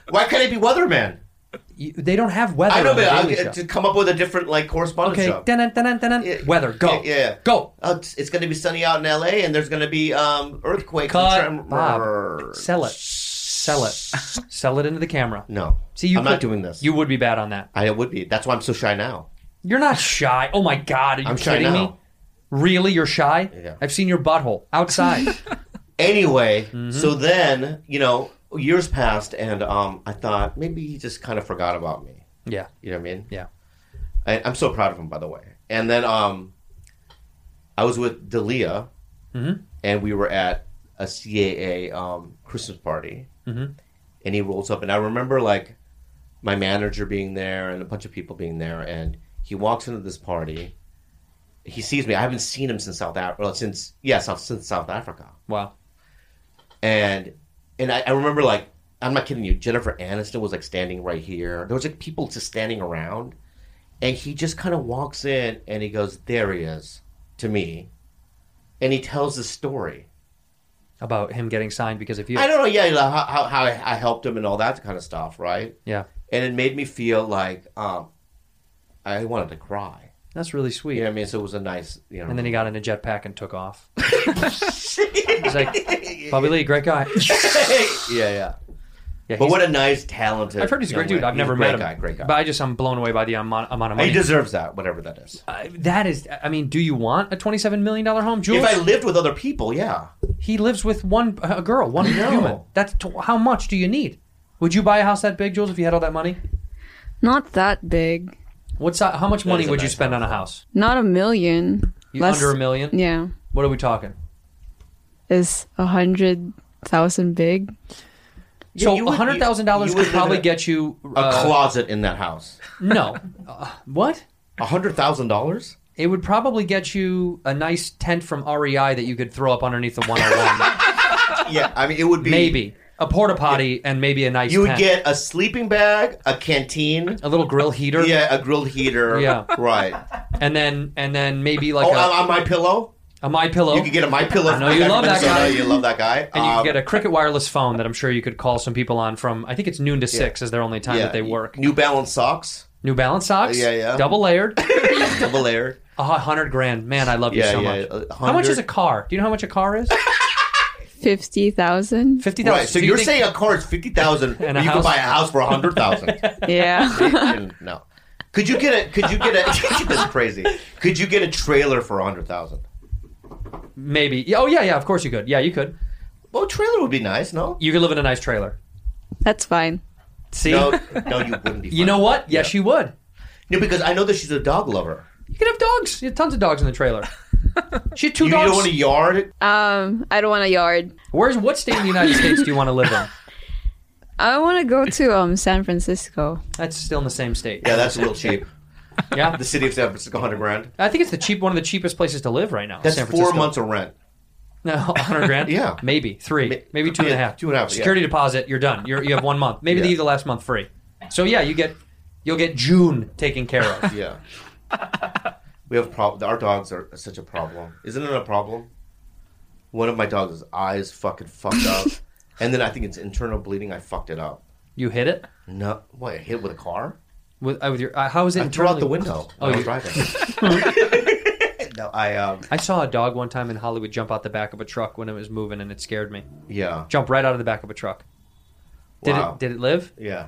Why can't I be weatherman? you, they don't have weather. I know, on the but Daily I, Show. to come up with a different like correspondence okay. show. Dun, dun, dun, Yeah. Weather. Go. Yeah, yeah. Go. Oh, it's, going to be sunny out in LA, and there's going to be um earthquake. Cut. and tremor. Bob. Sell it. Sell it. Sell it into the camera. No, See, you I'm could- not doing this. You would be bad on that. I would be. That's why I'm so shy now. You're not shy. Oh my god, are you I'm shy kidding me? now. Really, you're shy? Yeah. I've seen your butthole outside. Anyway, so then you know years passed, and um I thought maybe he just kind of forgot about me. yeah, You know what I mean? yeah. I, I'm so proud of him, by the way. And then um, I was with Dalia, and we were at a CAA um, Christmas party, and he rolls up, and I remember like my manager being there and a bunch of people being there, and he walks into this party. He sees me. I haven't seen him since South Africa. Well, since yeah, South, since South Africa, Wow. and and I, I remember like I'm not kidding you. Jennifer Aniston was like standing right here. There was like people just standing around, and he just kind of walks in and he goes, "There he is," to me, and he tells the story. About him getting signed because of you. I don't know, yeah, like, how, how how I I helped him and all that kind of stuff, right? Yeah, And it made me feel like um, I wanted to cry. that's really sweet. You know what I mean? So it was a nice, you know. And then he got in a jetpack and took off. He's like, Bobby Lee, great guy. yeah, yeah. Yeah, But he's- what a nice, talented. I've heard he's a great young dude. man. I've He's a never great met him. Guy, great guy. But I just I'm blown away by the amount, amount of money. he deserves that, whatever that is. I- that is, I mean, do you want a 27 million dollar home, Jules? If I lived with other people, yeah. He lives with one a girl, one No. human. That's t- how much do you need? Would you buy a house that big, Jules, if you had all that money? Not that big. What's how much money is a would you nice spend on a house? Not a million. You, Less- under a million? Yeah. What are we talking? Is a hundred thousand big? so you a would- hundred thousand dollars you could would live probably in a- get you A uh, closet in that house. no, Uh, what? A hundred thousand dollars? It would probably get you a nice tent from REI that you could throw up underneath the 101, Yeah, I mean it would be maybe a porta potty and maybe a nice. You would tent. get a sleeping bag, a canteen, a little grill heater, yeah, a grilled heater, Yeah. right. and then and then maybe like Oh, a, on, on my pillow, a my pillow. you could get a my pillow. I know you love that guy. You love that guy, and you Um, could get a cricket wireless phone that I'm sure you could call some people on from. I think it's noon to six is their only time yeah, that they work. New Balance socks, New Balance socks, Yeah, yeah. double layered, double layer. a hundred grand. Man, I love you Yeah, so yeah. much. a How much hundred- is a car? Do you know how much a car is? Fifty thousand? Fifty thousand. Right, so you're saying a car is fifty thousand, And and a you house. could buy a house for a hundred thousand. Yeah. no, could you get a? Could you get a? this is crazy. Could you get a trailer for a hundred thousand? maybe? Yeah, Oh yeah, yeah. Of course you could. Yeah, you could. Well, a trailer would be nice, no? You could live in a nice trailer. That's fine. See, No, no, you wouldn't be. you know what? Yes, you would. No, because I know that she's a dog lover. You could have dogs. You have tons of dogs in the trailer. She had two You dogs. don't want a yard. Um, I don't want a yard. Where's what state in the United States do you want to live in? I want to go to um San Francisco. That's still in the same state. Yeah, that's real cheap. Yeah. The city of San Francisco, hundred grand. I think it's the cheap one of the cheapest places to live right now. That's San four Francisco. months of rent. No, hundred grand. Yeah. maybe three, maybe two and a yeah, half. two and a half, yeah. Security deposit. You're done. You're, you have one month. Maybe Yeah. they leave the last month free. So yeah, you get you'll get June taken care of. Yeah. We have problem. Our dogs are such a problem. Isn't it a problem? One of my dogs' his eyes fucking fucked up, and then I think it's internal bleeding. I fucked it up. You hit it No, what? I hit with a car? with, uh, with your. Uh, how is it? I threw out the internally- window. Oh, when I you- was driving. no, I um, I saw a dog one time in Hollywood jump out the back of a truck when it was moving, and it scared me. yeah, Jump right out of the back of a truck. Did Wow. it? Did it live? yeah.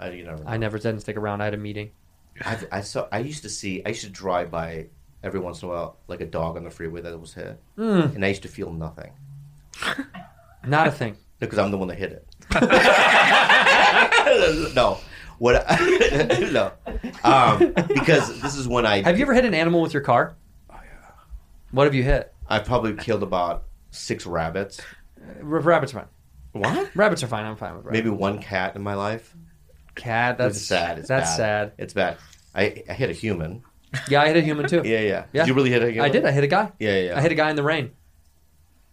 I you never. know. I never didn't stick around. I had a meeting. I've, I saw. I used to see. I used to drive by every once in a while, like a dog on the freeway that was hit, and I used to feel nothing Not a thing. because I'm the one that hit it. no, what? I- no, um, because this is when I Have you ever hit an animal with your car? What have you hit? I probably killed about six rabbits, R- rabbits are fine. What? Rabbits are fine. I'm fine with rabbits. maybe one cat in my life. cat. That's It's sad. It's that's bad. sad. It's bad. I, I hit a human. Yeah, I hit a human too. Yeah, yeah. Yeah. Did you really hit a human? I did. I hit a guy. Yeah, yeah, yeah. I hit a guy in the rain.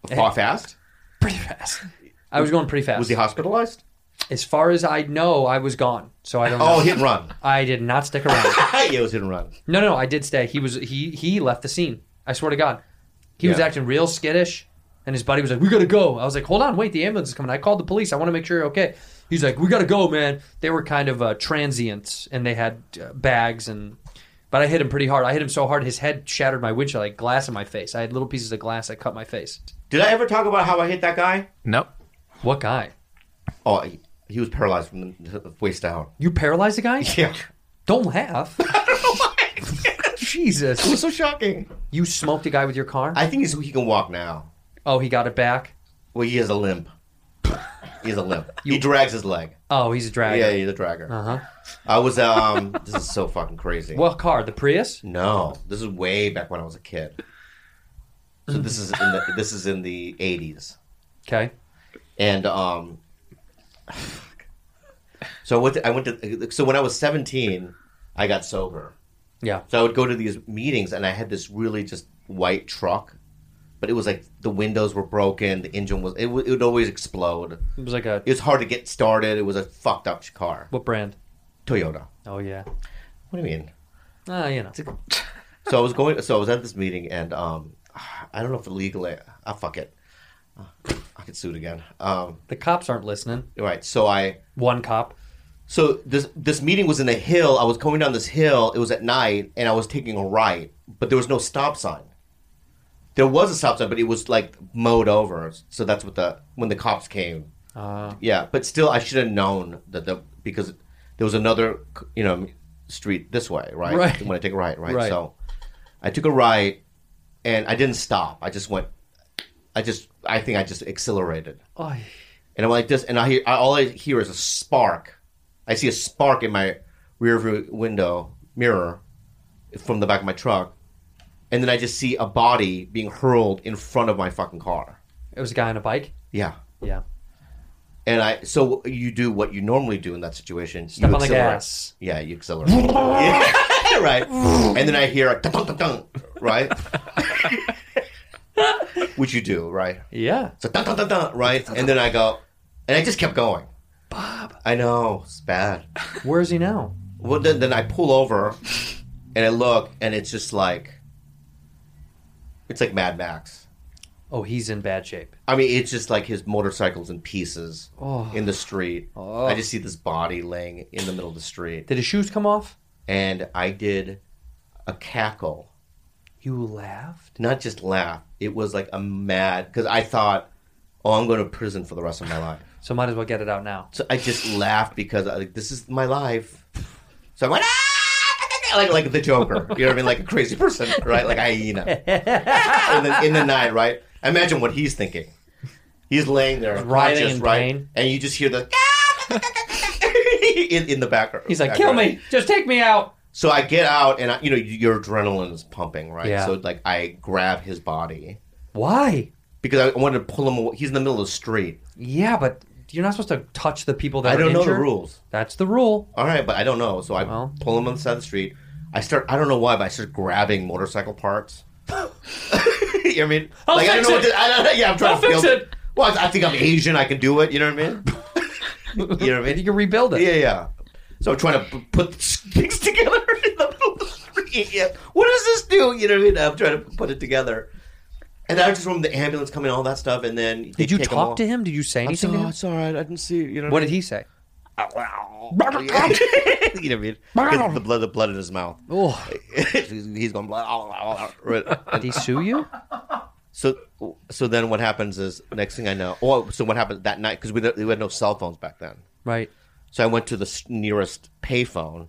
Fa- fast. Pretty fast. I was going pretty fast. Was he hospitalized? as far as I know, I was gone. So I don't know. Oh, hit and run. I did not stick around. yeah, it was hit and run. no, no, I did stay. He was he he left the scene. I swear to God. He was Yeah. acting real skittish. And his buddy was like, "We gotta go." I was like, "Hold on, wait, the ambulance is coming." I called the police. I want to make sure you're okay. He's like, "We gotta go, man." They were kind of uh, transients, and they had uh, bags and. But I hit him pretty hard. I hit him so hard, his head shattered my windshield, like glass in my face. I had little pieces of glass that cut my face. Did I ever talk about how I hit that guy? Nope. What guy? Oh, he, he was paralyzed from the waist down. You paralyzed the guy? Yeah. Don't laugh. Jesus. It was so shocking. You smoked a guy with your car? I think he's, he can walk now. oh, he got it back. Well, he has a limp. He has a limp. he drags his leg. Oh, he's a drag. Yeah, he's a dragger. Uh-huh. I was um. this is so fucking crazy. What car? The Prius? No, this is way back when I was a kid. So this is in the this is in the eighties, Okay. and um. So I went. To, I went to. So when I was seventeen, I got sober. Yeah. So I would go to these meetings, and I had this really just white truck, but it was like the windows were broken, the engine was. It, would- it would always explode. It was like a It was hard to get started. It was a fucked up car. what brand? Toyota. Oh yeah. What do you mean? Ah, you know. So I was going. So I was at this meeting, and um, I don't know if legally. Ah, fuck it. Ah, I get sued again. Um, The cops aren't listening. right. So I. One cop. So this this meeting was in a hill. I was coming down this hill. It was at night, and I was taking a right, but there was no stop sign. There was a stop sign, but it was like mowed over. So that's what the when the cops came. yeah, but still, I should have known that the because there was another you know street this way, right? Right. When I take a right, right? Right. So I took a right, and I didn't stop. I just went. I just I think I just accelerated Oh, and I'm like this, and I hear I, all I hear is a spark. I see a spark in my rear view window mirror from the back of my truck, and then I just see a body being hurled in front of my fucking car. it was a guy on a bike. Yeah, Yeah. and I so you do what you normally do in that situation. Step you on the accelerate. gas. Yeah, you accelerate. Yeah, right, and then I hear a dun dun dun, right, which you do, right? Yeah. So dun, dun, dun, dun, right? And then I go, and I just kept going. Bob. I know, it's bad. Where is he now? Well, then, then I pull over and I look, and it's just like, it's like Mad Max. Oh, he's in bad shape. I mean, it's just like his motorcycle's in pieces Oh. in the street. I just see this body laying in the middle of the street. Did his shoes come off? And I did a cackle, You laughed. not just laugh. It was like a mad, because I thought, oh, I'm going to prison for the rest of my life. So might as well get it out now. So I just laughed because I, like, this is my life. So I went ah! like like the Joker. You know what I mean? Like a crazy person, right? Like a hyena in the in the night, right? Imagine what he's thinking. He's laying there, Writhing unconscious, in right? pain. And you just hear the "Ah, in, in the background. He's like, kill me. Just take me out. So I get out, and I, you know your adrenaline is pumping, right? Yeah. So like I grab his body Why? because I wanted to pull him. away. He's in the middle of the street. Yeah, but you're not supposed to touch the people that I are don't know the injured. rules. That's the rule. All right, but I don't know. So I Well. pull him on the side of the street. I start. I don't know why, but I start grabbing motorcycle parts. you know what I mean? I'll I don't fix know what it. to, I don't, yeah, I'm trying I'll to fix feel- it. Well, I think I'm Asian. I can do it. You know what I mean? you know what I You mean? can rebuild it. Yeah, yeah. So I'm trying to p- put things together in the middle of the street. Yeah. What does this do? You know what I mean? I'm trying to put it together. And I just remember the ambulance coming, all that stuff, and then Did you talk to him? Did you say I'm anything? sorry, to him? it's all right. I didn't see you. You know What what I did he say? you know what I mean? The blood, the blood in his mouth. Oh, he's going blah, blah, blah, blah. did he sue you? so so then what happens is next thing I know. Oh, so what happened that night? Because we, don't- we had no cell phones back then. Right. So I went to the s- nearest payphone,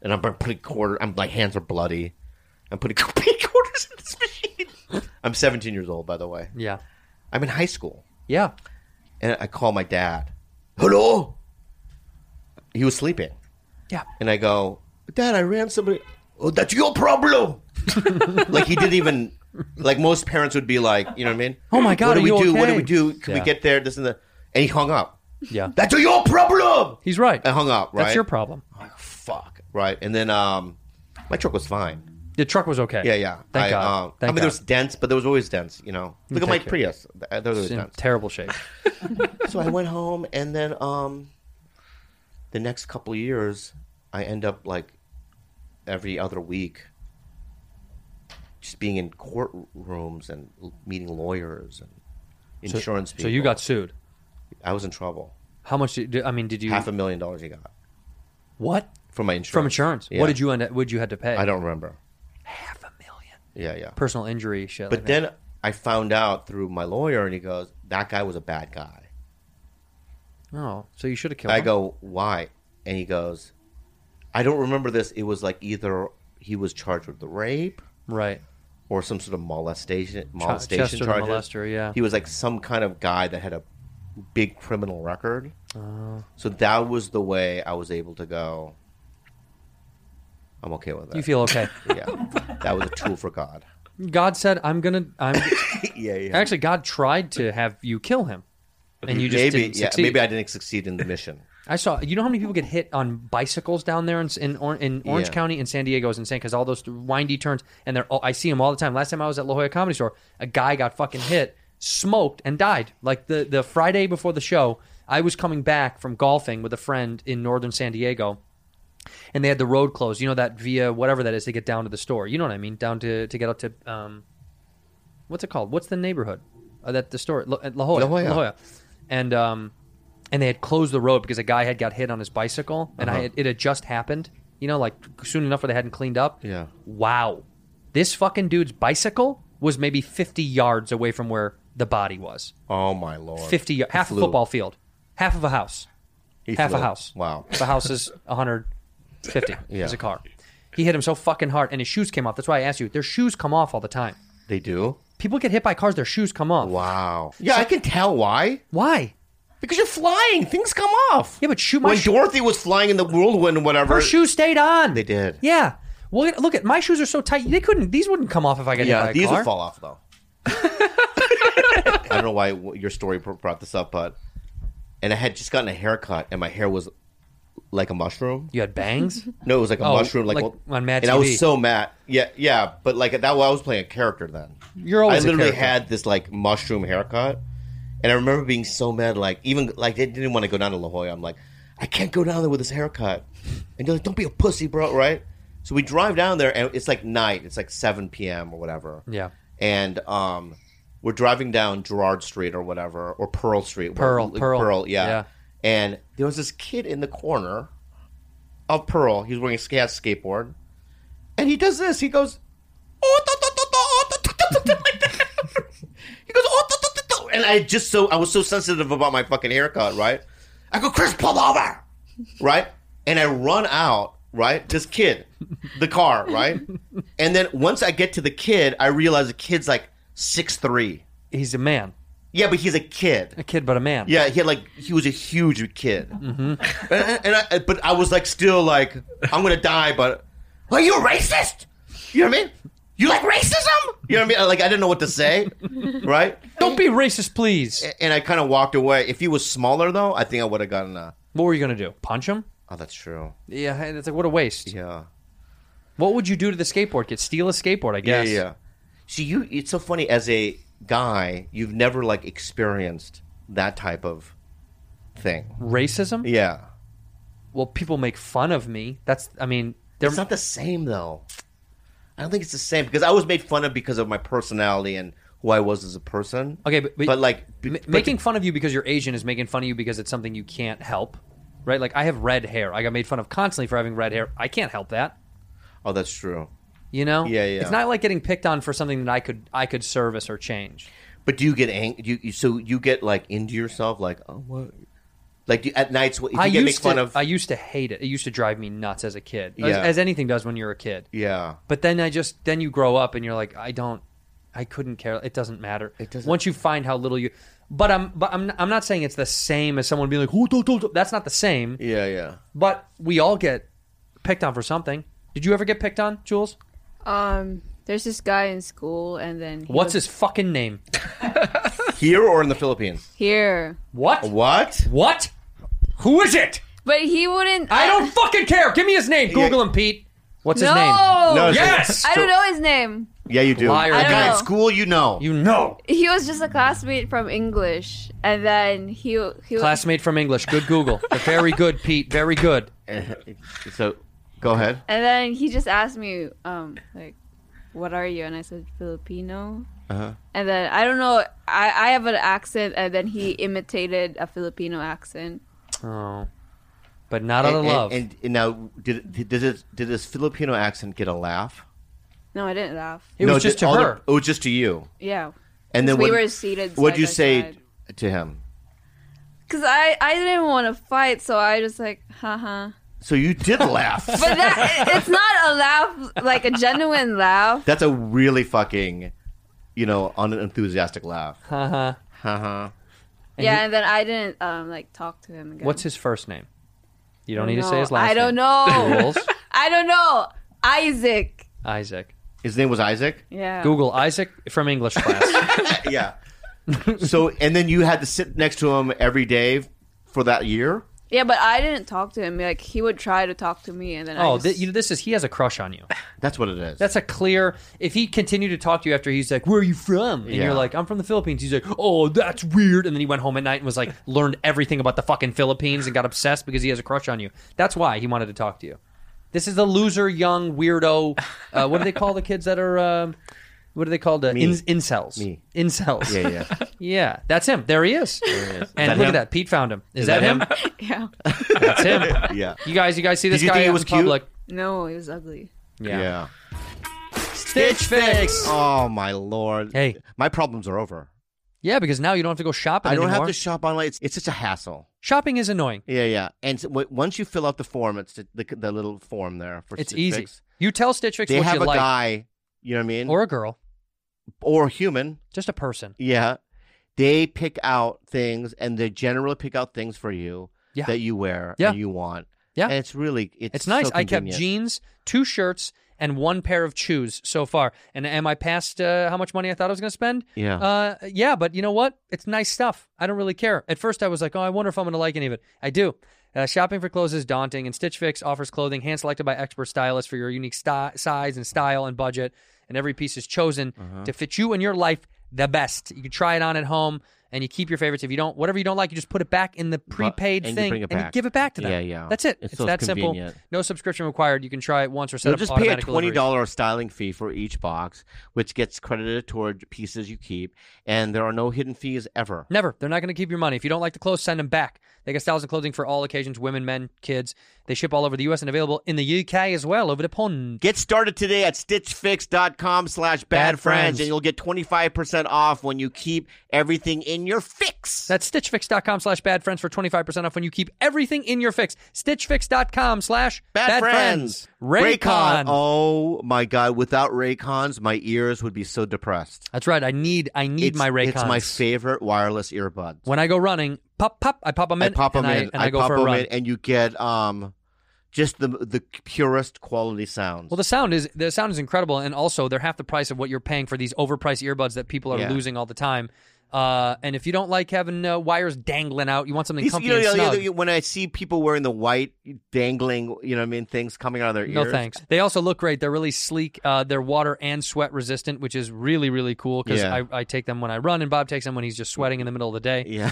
and I'm putting quarter. I'm like hands are bloody. I'm putting quarters in this machine. I'm 17 years old, by the way. Yeah. I'm in high school, Yeah. and I call my dad. Hello. He was sleeping. Yeah. and I go, Dad, I ran somebody. Oh, that's your problem. like he didn't even like most parents would be like, you know what I mean? Oh my God, what do are we you do? What do okay? we do? Can Yeah. we get there? This and that. And he hung up. Yeah. That's your problem. He's right. I hung up. Right. That's your problem. Fuck. Right. And then um, my truck was fine. The truck was okay. Yeah, yeah. Thank I, God. Um, Thank I mean, God. there was dents, but there was always dents. You know, look at my Thank you. Prius. There was always It's in dents. terrible shape. so I went home, and then um, the next couple years, I end up like every other week, just being in courtrooms and l- meeting lawyers and insurance people. So you got sued. I was in trouble. How much? Did, did- I mean, did you Half a million dollars I got what from my insurance. from insurance? Yeah. What did you end? up Would you had to pay? I don't remember. half a million Yeah, yeah. personal injury shit. But like then I found out through my lawyer, and he goes, "That guy was a bad guy." that. oh, so you should have killed. I him. go, "Why?" And he goes, "I don't remember this. It was like either he was charged with the rape right. or some sort of molestation molestation Chester the charges. molester, yeah. he was like some kind of guy that had a big criminal record. Oh. So that was the way I was able to go. I'm okay with that. You feel okay? yeah, that was a tool for God. God said, "I'm gonna." I'm Yeah, yeah. actually God tried to have you kill him, and you just maybe, didn't yeah, succeed. maybe I didn't succeed in the mission. I saw. You know how many people get hit on bicycles down there in in, or- in Orange Yeah. County and San Diego is insane because all those windy turns and they're. All, I see them all the time. Last time I was at La Jolla Comedy Store, a guy got fucking hit, smoked, and died. Like the the Friday before the show, I was coming back from golfing with a friend in northern San Diego, and they had the road closed. You know that via whatever that is to get down to the store. You know what I mean? Down to to get up to um, what's it called? What's the neighborhood uh, that the store La, La Jolla? La Jolla. And um, and they had closed the road because a guy had got hit on his bicycle, and Uh-huh. I had, it had just happened. You know, like soon enough where they hadn't cleaned up. Yeah. Wow, this fucking dude's bicycle was maybe fifty yards away from where the body was. Oh my lord! Fifty, y- half flew. a football field, half of a house. He half flew. a house. Wow. If a house is 150 Yeah. is a car. He hit him so fucking hard and his shoes came off. That's why I asked you. Their shoes come off all the time. They do. People get hit by cars, their shoes come off. Wow. Yeah, I can tell why. Why? Because you're flying, things come off. Yeah, but shoot my when shoe. Dorothy was flying in the whirlwind, and whatever. Her shoes stayed on. They did. Yeah. Well, look at my shoes are so tight. They couldn't. These wouldn't come off if I got hit Yeah, by a these car. would fall off though. I don't know why your story br- brought this up, but and I had just gotten a haircut, and my hair was like a mushroom. You had bangs. No, it was like a Oh, mushroom, like, like on Mad And I TV. was so mad. Yeah, yeah, but like that, well, I was playing a character then. You're always. I a literally character. had this like mushroom haircut, and I remember being so mad. Like even like they didn't want to go down to La Jolla. I'm like, I can't go down there with this haircut. And they're like, don't be a pussy, bro. Right? So we drive down there, and it's like night. It's like 7 p.m. or whatever. Yeah. And um, we're driving down Gerard Street or whatever, or Pearl Street. where- Pearl, like, Pearl. yeah. Yeah. And there was this kid in the corner of Pearl. He was wearing a ska- skateboard, and he does this. He goes, oh, da, da, da, da, oh, da, da, da, da, da, like that. He goes, oh, da, da, da, da. and I just so I was so sensitive about my fucking haircut, right? I go, Chris, pull over, right? And I run out, right? This kid, the car, right? And then once I get to the kid, I realize the kid's like six three. He's a man, Yeah, but he's a kid. a kid, but a man. Yeah, he had like he was a huge kid, mm-hmm. and, and I, but I was like still like I'm gonna die, but are you a racist? You know what I mean? You like racism? You know what I mean? Like I didn't know what to say, right? Don't be racist, please. And I kind of walked away. If he was smaller though, I think I would have gotten a. What were you gonna do? Punch him? Oh, that's true. Yeah. and It's like what a waste. Yeah. What would you do to the skateboard? Get steal a skateboard? I guess. Yeah, yeah. See, you it's so funny as a guy, you've never like experienced that type of thing. Mm-hmm. Racism? Yeah. well people make fun of me that's i mean they're It's not the same though. I don't think it's the same because I was made fun of because of my personality and who I was as a person. okay but, but, but like b- ma- but making fun of you because you're asian is making fun of you because it's something you can't help right like i have red hair i got made fun of constantly for having red hair i can't help that oh, that's true. you know Yeah, yeah. it's not like getting picked on for something that i could i could service or change But do you get angry? You, you so you get like into yourself, like oh what? Like do, at nights, if you i get used make fun to of, i used to hate it it used to drive me nuts as a kid as, Yeah. as anything does when you're a kid yeah, but then i just then you grow up and you're like i don't i couldn't care it doesn't matter it doesn't- once you find how little you but i'm but i'm, I'm not saying it's the same as someone being like "Who do- do- do-" that's not the same yeah, yeah. But we all get picked on for something. Did you ever get picked on, Jules? Um, there's this guy in school, and then he What's was his fucking name? Here or in the Philippines? here? What? What? What? Who is it? But he wouldn't. I don't fucking care. Give me his name. Google him, Pete. What's his name? No. No, Oh, Yes. I don't know his name. Yeah, you do. Liar. The I don't guy know. at school, you know. You know. He was just a classmate from English, and then he he was Classmate from English. Good Google. Very good, Pete. Very good. so go ahead. And then he just asked me, um, like, what are you? And I said, Filipino. Uh-huh. And then I don't know. I I have an accent, and then he imitated a Filipino accent. Oh, but not out of and, love. And, and now, did did this, did this Filipino accent get a laugh? No, I didn't laugh. it was just did- to all the- her. it was just to you. Yeah, And then we what, were seated What'd side you by say side. to him? because I I didn't want to fight, so I just like, haha. So you did laugh. But that it- it's not a laugh, like a genuine laugh. That's a really fucking, you know, unenthusiastic laugh. Uh-huh. Haha. yeah, and then I didn't um like talk to him again. What's his first name? You don't I need to don't say his know. last name. I don't know. Rules. I don't know. Isaac. Isaac. His name was Isaac. Yeah. Google Isaac from English class. Yeah. so and then you had to sit next to him every day for that year. Yeah, but I didn't talk to him. Like he would try to talk to me, and then I oh, just- thi- you, this is he has a crush on you. That's what it is. That's a clear. If he continued to talk to you after he's like, "Where are you from?" and Yeah. you're like, "I'm from the Philippines," he's like, "Oh, that's weird." And then he went home at night and was like, learned everything about the fucking Philippines and got obsessed because he has a crush on you. That's why he wanted to talk to you. This is the loser, young weirdo. Uh, what do they call the kids that are? Um, what are they called? Uh, in- incels. Me. Incels. yeah, yeah. Yeah, that's him. There he is. And that look him? at that. Pete found him. Is, that that, him? yeah. that's him. Yeah. You guys, you guys see this you guy think he out was in cute? public? No, he was ugly. Yeah. Yeah. Stitch Fix. Oh my lord. Hey. My problems are over. Yeah, because now you don't have to go shopping I don't anymore. have to shop online. It's, it's such a hassle. Shopping is annoying. Yeah, yeah. And so, w- once you fill out the form, it's the, the, the little form there for It's Stitch easy. Fix. You tell Stitch Fix They what have you a like, guy, you know what I mean, or a girl, or human. just a person. Yeah. They pick out things and they generally pick out things for you Yeah. that you wear Yeah. and you want. Yeah. And it's really it's It's nice. so I kept convenient. jeans, two shirts, and one pair of shoes so far. And am I past uh, how much money I thought I was going to spend? Yeah. Uh, yeah, but you know what? It's nice stuff. I don't really care. At first, I was like, oh, I wonder if I'm going to like any of it. I do. Uh, shopping for clothes is daunting, and Stitch Fix offers clothing hand selected by expert stylists for your unique sty size and style and budget. And every piece is chosen Uh-huh. to fit you and your life the best. You can try it on at home, and you keep your favorites. If you don't, whatever you don't like, you just put it back in the prepaid and you thing, bring it and you back. give it back to them. Yeah, yeah. That's it. It's, It's so that convenient. simple. No subscription required. You can try it once or set You'll up just pay a automatic twenty deliveries. dollar styling fee for each box, which gets credited toward pieces you keep, and there are no hidden fees ever. Never. They're not going to keep your money. If you don't like the clothes, send them back. They got styles and clothing for all occasions women, men, kids. They ship all over the U.S. and available in the U.K. as well over the pond. Get started today at stitchfix.com slash bad friends friends. and you'll get twenty five percent off when you keep everything in your fix. That's stitchfix.com slash bad friends for 25% off when you keep everything in your fix. Stitchfix.com slash Bad, friends. Raycon. Oh my god! Without Raycons, my ears would be so depressed. That's right. I need I need it's, my Raycons. It's my favorite wireless earbuds. when I go running, pop, pop, I pop them I in. pop them and I, in, And I, go pop for a them run. in, and you get um, just the the purest quality sound. Well, the sound is the sound is incredible, and also they're half the price of what you're paying for these overpriced earbuds that people are Yeah. losing all the time. Uh, and if you don't like having uh, wires dangling out, you want something These- comfy you know, and you know, snug. you- when I see people wearing the white dangling, you know what I mean, things coming out of their ears. no thanks. They also look great. They're really sleek. Uh, they're water and sweat resistant, which is really really cool because Yeah. I, I take them when I run, and Bob takes them when he's just sweating in the middle of the day. Yeah,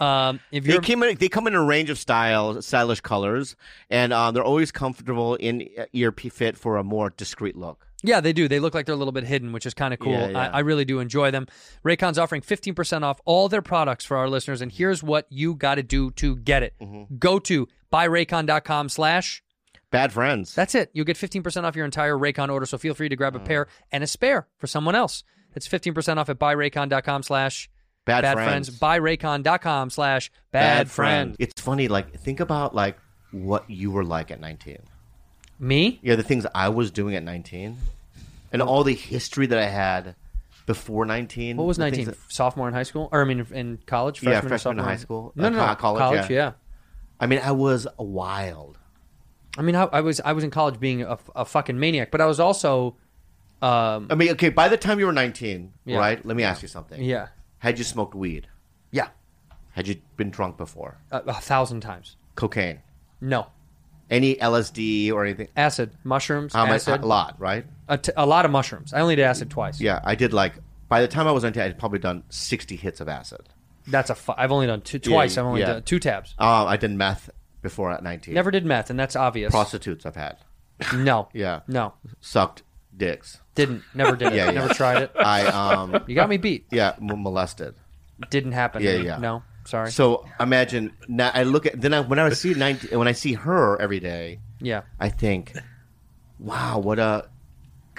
Um, if they you're came in. They come in a range of styles, stylish colors, and uh, they're always comfortable in uh, ear p- fit for a more discreet look. Yeah, they do. They look like they're a little bit hidden, which is kind of cool. Yeah, yeah. I, I really do enjoy them. Raycon's offering 15% off all their products for our listeners, and here's what you got to do to get it. Mm-hmm. Go to buyraycon.com slash. Bad friends. That's it. You'll get 15% off your entire Raycon order, so feel free to grab Mm. a pair and a spare for someone else. That's 15% off at buyraycon.com slash bad, bad friends. friends. Buyraycon.com slash bad friends. It's funny, like think about like what you were like at nineteen. Me? Yeah, the things I was doing at nineteen, and all the history that I had before nineteen. What was the things 19? Sophomore in high school? Or I mean, in college? Freshman, Yeah, or freshman in sophomore? high school. No, Uh, no, co- no. college, yeah. yeah. that- I mean, I was wild. I mean, I, I was I was in college being a, a fucking maniac, but I was also, um, I mean, okay. By the time you were nineteen, Yeah. right? Let me ask you something. yeah, Had you smoked weed? yeah, Had you been drunk before? a, a thousand times. Cocaine? No, Any LSD or anything? acid, mushrooms, Um, a acid, lot, right? a, t- a lot of mushrooms. I only did acid twice. Yeah, I did. Like by the time I was nineteen, I'd probably done sixty hits of acid. that's a. Fu- I've only done two twice. yeah, I've only yeah. done two tabs. Um, I did meth before at nineteen. Never did meth, and that's obvious. prostitutes I've had. no, Yeah. no. Sucked dicks. Didn't. Never did it. Yeah, yeah. Never tried it. I um You got me beat. yeah m- molested. Didn't happen. Yeah, yeah. No. Sorry. So imagine now I look at then I, when I see 19, when I see her every day, yeah. I think, wow, what a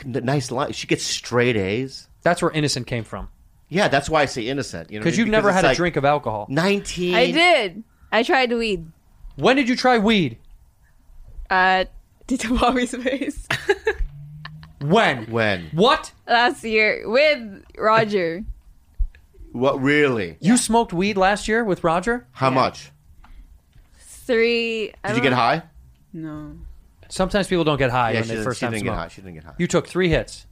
c- nice life. She gets straight A's. That's where innocent came from. Yeah, that's why I say innocent. You know, Because you've never it's had a like drink of alcohol. Nineteen. I did. I tried weed When did you try weed? at Tito Bobby's face When? When? What? last year with Roger. What? Really? You smoked weed last year with Roger? How much? Three. I Did you don't- get high? No. Sometimes people don't get high Yeah, when she, they didn't- first she time didn't smoke. get high. She didn't get high. You took three hits.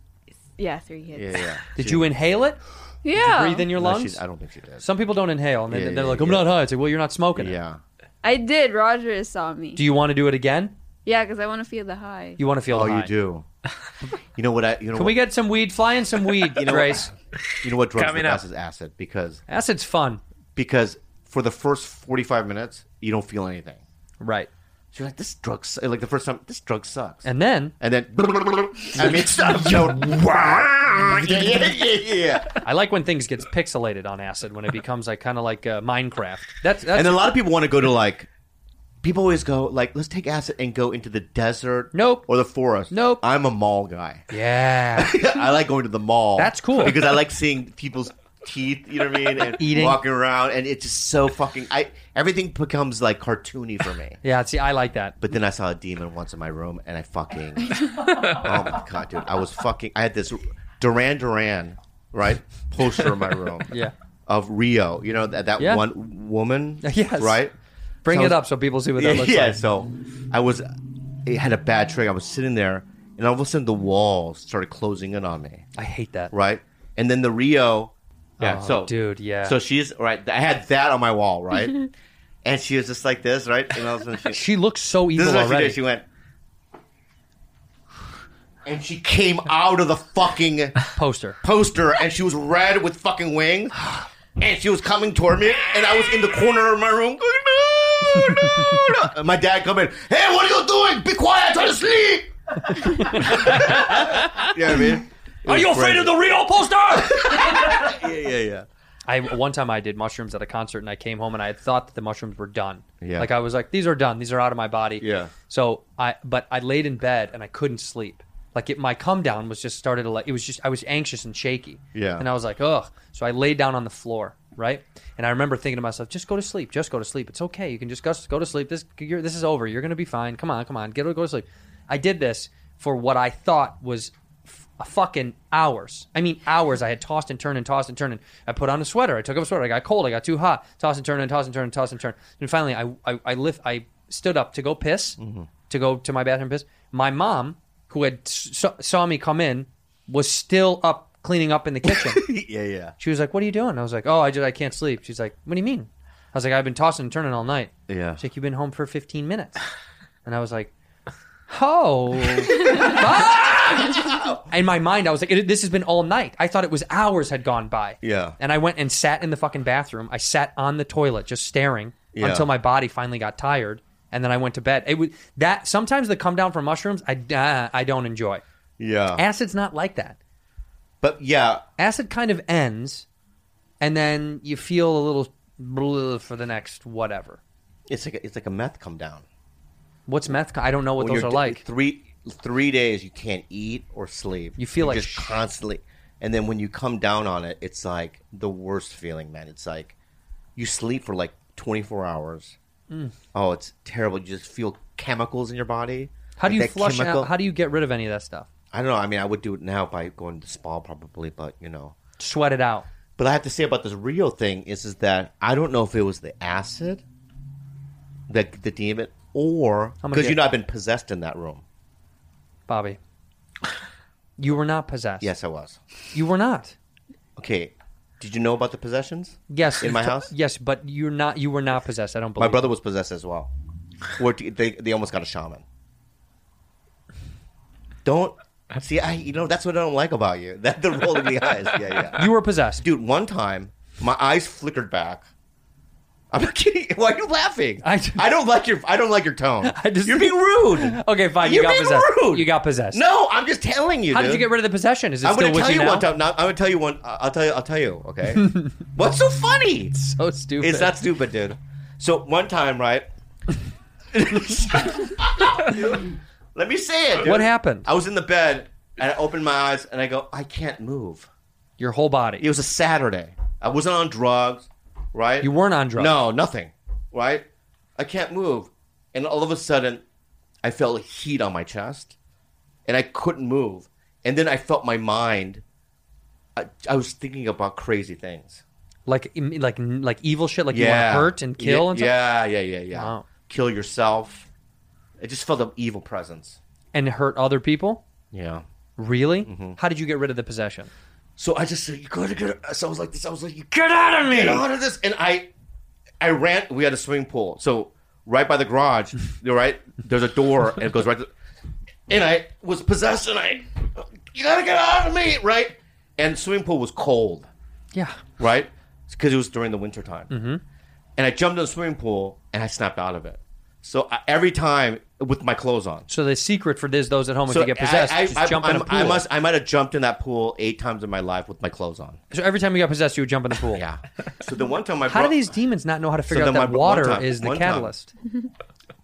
Yeah, three hits. yeah, yeah, yeah. Did She- you inhale it? Yeah. Breathe in your No, lungs? she- I don't think she did. Some people don't inhale and they, Yeah, they're yeah, like, I'm yeah. not high. It's like, well, you're not smoking it. Yeah. I did. Roger saw me. Do you want to do it again? yeah, because I want to feel the high. You want to feel Oh, the high. you do. You know what? I you know Can what, we get some weed? Fly in some weed, know what? Grace. you know what drugs Coming the up. best is acid because Acid's fun. because for the first forty five minutes you don't feel anything. Right. So you're like this drug su-" like the first time this drug sucks And then and then I mean stuff you know, yeah, yeah, yeah, yeah. I like when things gets pixelated on acid when it becomes like kind of like uh, Minecraft. That's, that's and a lot of people want to go to like people always go like let's take acid and go into the desert Nope. or the forest Nope. I'm a mall guy yeah. I like going to the mall. That's cool. because I like seeing people's teeth. You know what I mean? And Eating. walking around, and it's just so fucking. I everything becomes like cartoony for me. Yeah, see, I like that. But then I saw a demon once in my room, and I fucking. oh my god, dude! I was fucking. I had this Duran Duran right poster in my room. Yeah. Of Rio, you know that that Yeah. one woman. Yes. Right. Bring So- it up so people see what that yeah, looks yeah, like. so I was, it had a bad trick. I was sitting there, and all of a sudden the walls started closing in on me I hate that. right? And then the Rio. Yeah. Oh, so dude, yeah. So she's right. I had that on my wall, right? and she was just like this, right? And all of a sudden she, She looks so evil this is what already. she did. She went. And she came out of the fucking Poster. poster, and she was red with fucking wings, and she was coming toward me, and I was in the corner of my room. Going, no, Oh, no, no. And my dad come in. Hey, what are you doing? Be quiet! Try to sleep. you know what I mean? Are you afraid of the Rio poster? yeah, yeah, yeah. I one time I did mushrooms at a concert and I came home and I had thought that the mushrooms were done. Yeah. Like I was like, these are done. These are out of my body. Yeah. So I but I laid in bed and I couldn't sleep. Like it, my come down was just started to like it was just I was anxious and shaky. Yeah. And I was like, ugh. So I laid down on the floor, right? And I remember thinking to myself, just go to sleep, just go to sleep. It's okay. You can just go, go to sleep. This you're, this is over. You're gonna be fine. Come on, come on. Get go to sleep. I did this for what I thought was f- a fucking hours. I mean, hours. I had tossed and turned and tossed and turned. And I put on a sweater. I took up a sweater. I got cold. I got too hot. Toss and turn and toss and turn and toss and turn. And finally, I I, I lift. I stood up to go piss, to go to my bathroom piss. My mom, who had s- saw- saw me come in, was still up cleaning up in the kitchen. Yeah, yeah. she was like, "What are you doing?" I was like, "Oh, I just I can't sleep." She's like, "What do you mean?" I was like, "I've been tossing and turning all night." Yeah. She's like, "You've been home for 15 minutes," and I was like, "Oh." fuck." In my mind, I was like, "It- "This has been all night." I thought it was hours had gone by. Yeah. And I went and sat in the fucking bathroom. I sat on the toilet, just staring Yeah. until my body finally got tired, and then I went to bed. It was that sometimes the come down from mushrooms, I uh, I don't enjoy. Yeah. Acid's not like that but yeah, acid kind of ends, and then you feel a little bleh for the next whatever. it's like a, it's like a meth come down. What's meth? I don't know what When those you're are d- like. three three days you can't eat or sleep. You feel You're like just shit. constantly, and then when you come down on it, it's like the worst feeling, man. It's like you sleep for like twenty four hours. Mm. Oh, it's terrible. You just feel chemicals in your body. How do you Like that flush chemical- out? How do you get rid of any of that stuff? I don't know. I mean, I would do it now by going to the spa probably, but you know. Sweat it out. But I have to say about this Rio thing is is that I don't know if it was the acid, the the demon, or I'm gonna because you get- know I've been possessed in that room. Bobby, you were not possessed. Yes, I was. You were not. Okay, did you know about the possessions? Yes. In you my to- house? Yes, but you're not. You were not possessed. I don't believe. My brother was possessed as well. Where t- they they almost got a shaman. Don't see. I you know that's what I don't like about you. That the rolling the eyes. Yeah, yeah. You were possessed. dude. One time, my eyes flickered back, I'm not kidding. Why are you laughing? I- I, don't like your I don't like your tone. I just- You're being rude. Okay, fine. You You're got being possessed. rude. You got possessed. No, I'm just telling you. How did dude. you get rid of the possession? Is it I'm still gonna with tell you you now? one time. No, I'm gonna tell you one. I- I'll tell you. I'll tell you. Okay. What's so funny? So Oh, stupid. It's not stupid, dude. So one time, right? Let me say it. Dude. What happened? I was in the bed and I opened my eyes and I go, I can't move. Your whole body. It was a Saturday. I wasn't on drugs, right? You weren't on drugs. No, nothing, right? I can't move, and all of a sudden, I felt heat on my chest, and I couldn't move. And then I felt my mind. I, I was thinking about crazy things. Like im- like like evil shit. Like Yeah. you want to hurt and kill yeah, and stuff. Yeah, yeah, yeah, yeah. Wow. Kill yourself. It just felt an evil presence. And hurt other people. Yeah. Really? Mm-hmm. How did you get rid of the possession? So I just said, "You gotta get." So I was like this. I was like, "You get out of me! Get out of this!" And I, I ran. We had a swimming pool, so right by the garage, you're right. There's a door, and it goes right. To, and I was possessed, and I, you gotta get out of me, right? And the swimming pool was cold, Yeah. right? Because it was during the winter time. And I jumped in the swimming pool, and I snapped out of it. So I, every time with my clothes on. So the secret for this, those at home, if So you get possessed, I, I, just I, jump I, in a pool. I must. I might have jumped in that pool eight times in my life with my clothes on. so every time you got possessed, you would jump in the pool. Yeah. So the one time my How bro- do these demons not know how to figure out then that my- one water time- is the one time. catalyst?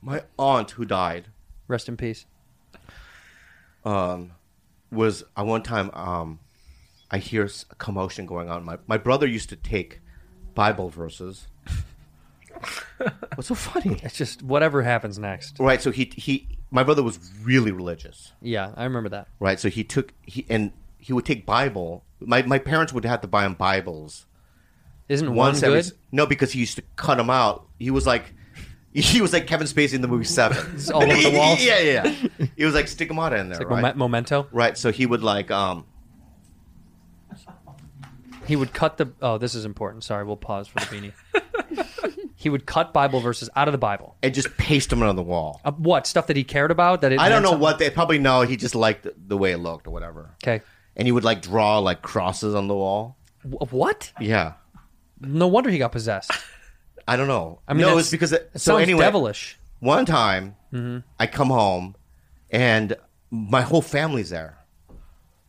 my aunt who died Rest in peace. was uh, one time um, I hear s- a commotion going on. My my brother used to take Bible verses. What's so funny? It's just whatever happens next. Right. So he he my brother was really religious. Yeah, I remember that. Right. So he took he and he would take Bible. My my parents would have to buy him Bibles Isn't one every good? s- no because he used to cut them out. He was like. He was like Kevin Spacey in the movie Seven. all over the walls? yeah, yeah. yeah. He was like, stick them out in there, Like right? Momen- Memento. Right. So he would like um He would cut the. Oh, this is important. Sorry, we'll pause for the beanie. he would cut Bible verses out of the Bible. and just paste them on the wall. Uh, what stuff that he cared about? That it I don't meant know something? what they probably know. He just liked the, the way it looked or whatever. Okay. And he would like draw like crosses on the wall. Wh- What? Yeah. No wonder he got possessed. I don't know. I mean, mean, no, that's- it's because it, so Sounds anyway. devilish. One time, I come home, and my whole family's there.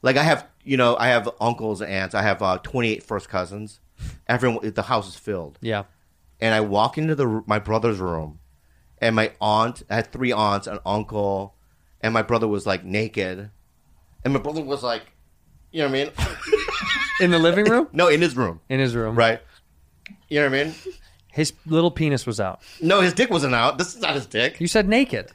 Like I have, you know, I have uncles and aunts. I have uh, 28 first cousins. Everyone, the house is filled. Yeah. and I walk into the my brother's room, and my aunt I had three aunts, an uncle, and my brother was like naked, and my brother was like, you know what I mean? In the living room. no, in his room, In his room. right? You know what I mean? His little penis was out. No, his dick wasn't out. This is not his dick. You said naked.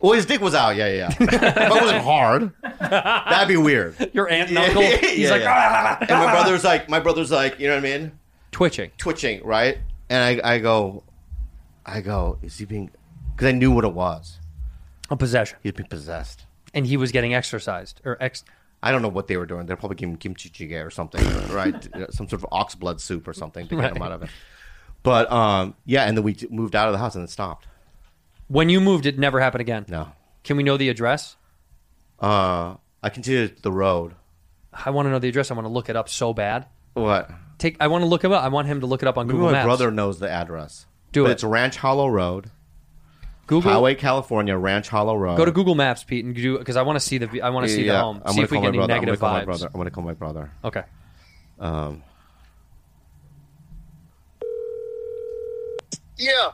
Well, his dick was out. Yeah, yeah. yeah. if it wasn't hard, that'd be weird. Your aunt and uncle. Yeah, He's yeah, like "Ah, yeah. and my brother's like, my brother's like, you know what I mean? twitching. twitching, right? And I, I go, I go, is he being? Because I knew what it was. A possession. He's being possessed. And he was getting exercised or ex. I don't know what they were doing. They're probably giving him kimchi jjigae or something, right? Uh, Some sort of ox blood soup or something to get him Right. out of it. But um, yeah, and then we j- moved out of the house and it stopped. When you moved, it never happened again. No, Can we know the address? uh, I continued the road. I want to know the address. I want to look it up so bad. What? Take. I want to look him up. I want him to look it up on Maybe Google my Maps. brother knows the address. Do but it. It's Ranch Hollow Road, Google. Highway California, Ranch Hollow Road. Go to Google Maps, Pete, and do because I want to see the. I want to see the home. I'm see gonna if we call get my any brother. I'm negative gonna call my vibes. brother. I'm gonna call my brother. Okay. Yeah,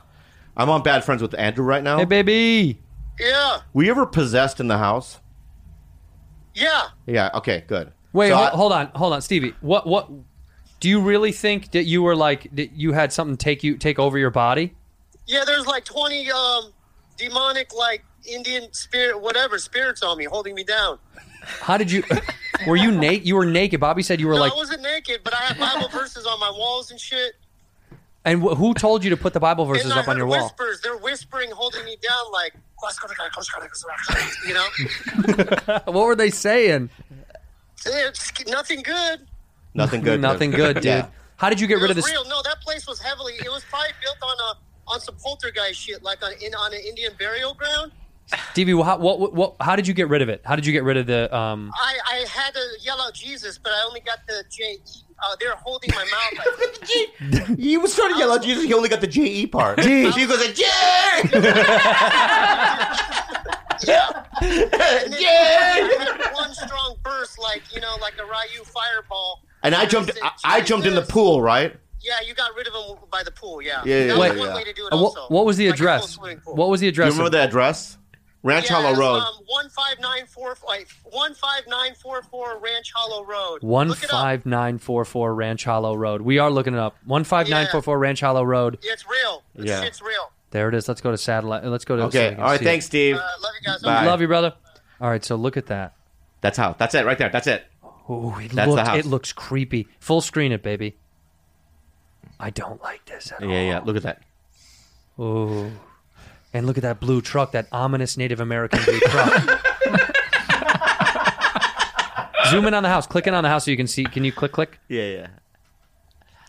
I'm on bad friends with Andrew right now. Hey, baby. yeah, Were you ever possessed in the house? yeah. Yeah. Okay. Good. Wait, So hol- I- hold on, hold on, Stevie. What? What? Do you really think that you were like that? You had something take you take over your body? Yeah, there's like 20 um, demonic, like Indian spirit, whatever spirits on me, holding me down. How did you? were you naked? You were naked. Bobby said you were No, like. I wasn't naked, but I had Bible verses on my walls and shit. And wh- who told you to put the Bible verses and I up on heard your wall? whispers. They're whispering, holding me down, like, you know? What were they saying? It's nothing good. Nothing good. Nothing good, dude. Yeah. How did you get It rid was of this? real. No, that place was heavily. It was probably built on a on some poltergeist shit, like on in on an Indian burial ground. Stevie, wh- how, what, what, what, how did you get rid of it? How did you get rid of the? Um, I I had to yell out Jesus, but I only got the J E uh, they're holding my mouth. Like, He was trying to yell out Jesus. He only got the J E part. Gee. She goes, J. E!" yeah. And then Yay! I had one strong burst, like you know, like a Ryu fireball. And I just jumped. said, I, I jumped in the "Jesus." pool, right? Yeah, you got rid of him by the pool. Yeah, Yeah, yeah, That was yeah, one yeah. way to do it. Uh, Also, what, what was the Like a full address? swimming pool. What was the Do you address? remember the address? Ranch Hollow it's, Road. Um, one five nine four like one five nine four four Ranch Hollow Road. One Look it up. five nine four four Ranch Hollow Road. We are looking it up. One five nine four four Ranch Hollow Road. It's real. This Yeah. shit's real. There it is. Let's go to satellite. Let's go to. so we okay. can All right. see Thanks, Steve. Uh, love you guys. It. Bye. Love you, brother. All right. So look at that. That's how. That's it. Right there. That's it. Ooh, it That's the looked, house. It looks creepy. Full screen it, baby. I don't like this at Yeah. Yeah. Look at that. all. Ooh. And look at that blue truck, that ominous Native American blue truck. Zoom in on the house. Click in on the house so you can see. Can you click, click? Yeah. Yeah.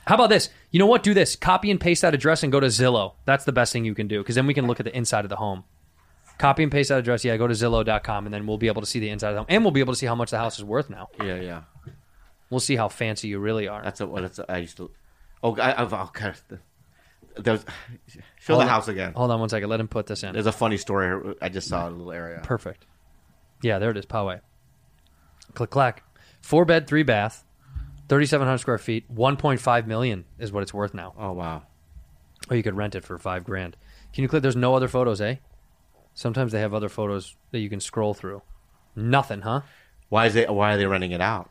How about this? You know what? Do this. Copy and paste that address and go to Zillow. That's the best thing you can do because then we can look at the inside of the home. Copy and paste that address. Yeah, go to Zillow.com and then we'll be able to see the inside of the home. And we'll be able to see how much the house is worth now. Yeah. Yeah. We'll see how fancy you really are. That's what. That's I used to. Oh, I, I've. Oh, God. There's, show Hold the on- house again. Hold on one second. Let him put this in. There's a funny story. here. I just saw in a little area. Perfect. Yeah, there it is. Poway. Click clack. Four bed, three bath, thirty seven hundred square feet. One point five million is what it's worth now. Oh wow. Or you could rent it for five grand. Can you click? There's no other photos, eh? Sometimes they have other photos that you can scroll through. Nothing, huh? Why is they? Why are they renting it out?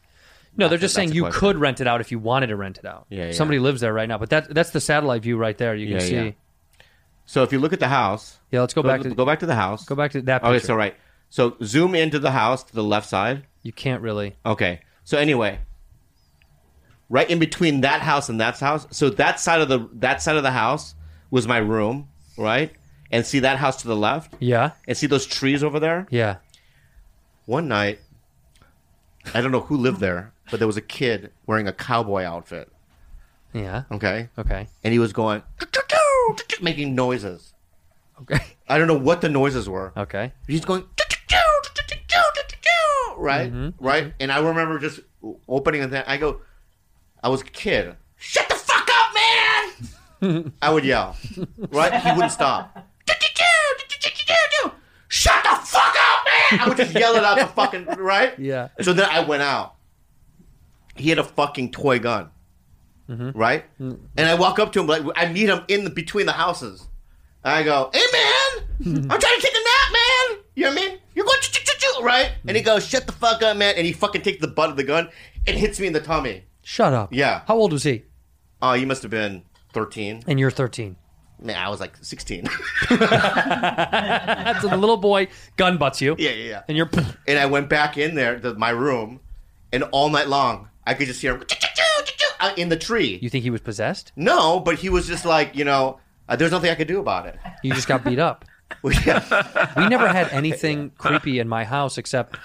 No, they're That's- just that's saying a you question. could rent it out if you wanted to rent it out. Yeah, yeah. Somebody lives there right now, but that that's the satellite view right there. You can Yeah, see. yeah. Yeah. So if you look at the house, let's go back to go back to the house. go back to that picture. Okay, so right. So zoom into the house to the left side. You can't really. Okay. So anyway, right in between that house and that house. So that side of the that side of the house was my room, right? And see that house to the left, Yeah, and see those trees over there. yeah. One night, I don't know who lived there, but there was a kid wearing a cowboy outfit. Yeah. Okay, Okay. and he was going "Choo-choo-choo, choo-choo," making noises. Okay. I don't know what the noises were. Okay. He's going "Choo-choo-choo, choo-choo-choo, choo-choo-choo," right, right. And I remember just opening and then I go, I was a kid. Shut the fuck up, man! I would yell, right? He wouldn't stop. "Choo-choo-choo, choo-choo-choo-choo-choo." Shut the fuck up, man! I would just yell it out the fucking right. Yeah. So then I went out. He had a fucking toy gun, right? And I walk up to him, like I meet him in the, between the houses. And I go, "Hey man, I'm trying to take a nap, man. You know what I mean? You're going choo choo choo, right?" And he goes, "Shut the fuck up, man!" And he fucking takes the butt of the gun and hits me in the tummy. Shut up. Yeah. How old was he? Oh, you must have been 13. And you're 13. Man, I was like 16. That's a little boy gun butts you. yeah, yeah, yeah. And you're. And I went back in there to my room, and all night long I could just hear him choo choo choo choo choo out in the tree. You think he was possessed? No, but he was just like, you know, uh, there's nothing I could do about it. You just got beat up. We never had anything creepy in my house except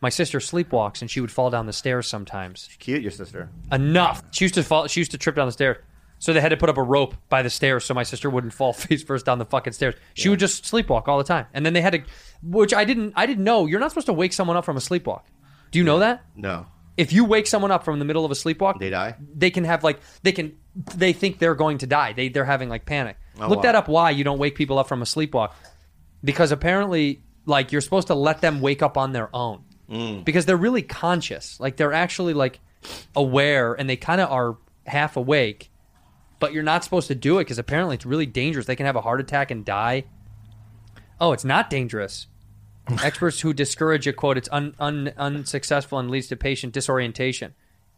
my sister sleepwalks and she would fall down the stairs sometimes. Cute, your sister. Enough. She used to fall. She used to trip down the stairs. So they had to put up a rope by the stairs so my sister wouldn't fall face first down the fucking stairs. She would just sleepwalk all the time. And then they had to, which I didn't, I didn't know. You're not supposed to wake someone up from a sleepwalk. Do you know that? No, If you wake someone up from the middle of a sleepwalk, they die. they can have like they can they think they're going to die. They they're having like panic. Oh, Look wow. that up why you don't wake people up from a sleepwalk. Because apparently like you're supposed to let them wake up on their own. Mm. Because they're really conscious. Like they're actually like aware and they kind of are half awake. But you're not supposed to do it because apparently it's really dangerous. They can have a heart attack and die. Oh, it's not dangerous. Experts who discourage it quote it's un, un, unsuccessful and leads to patient disorientation.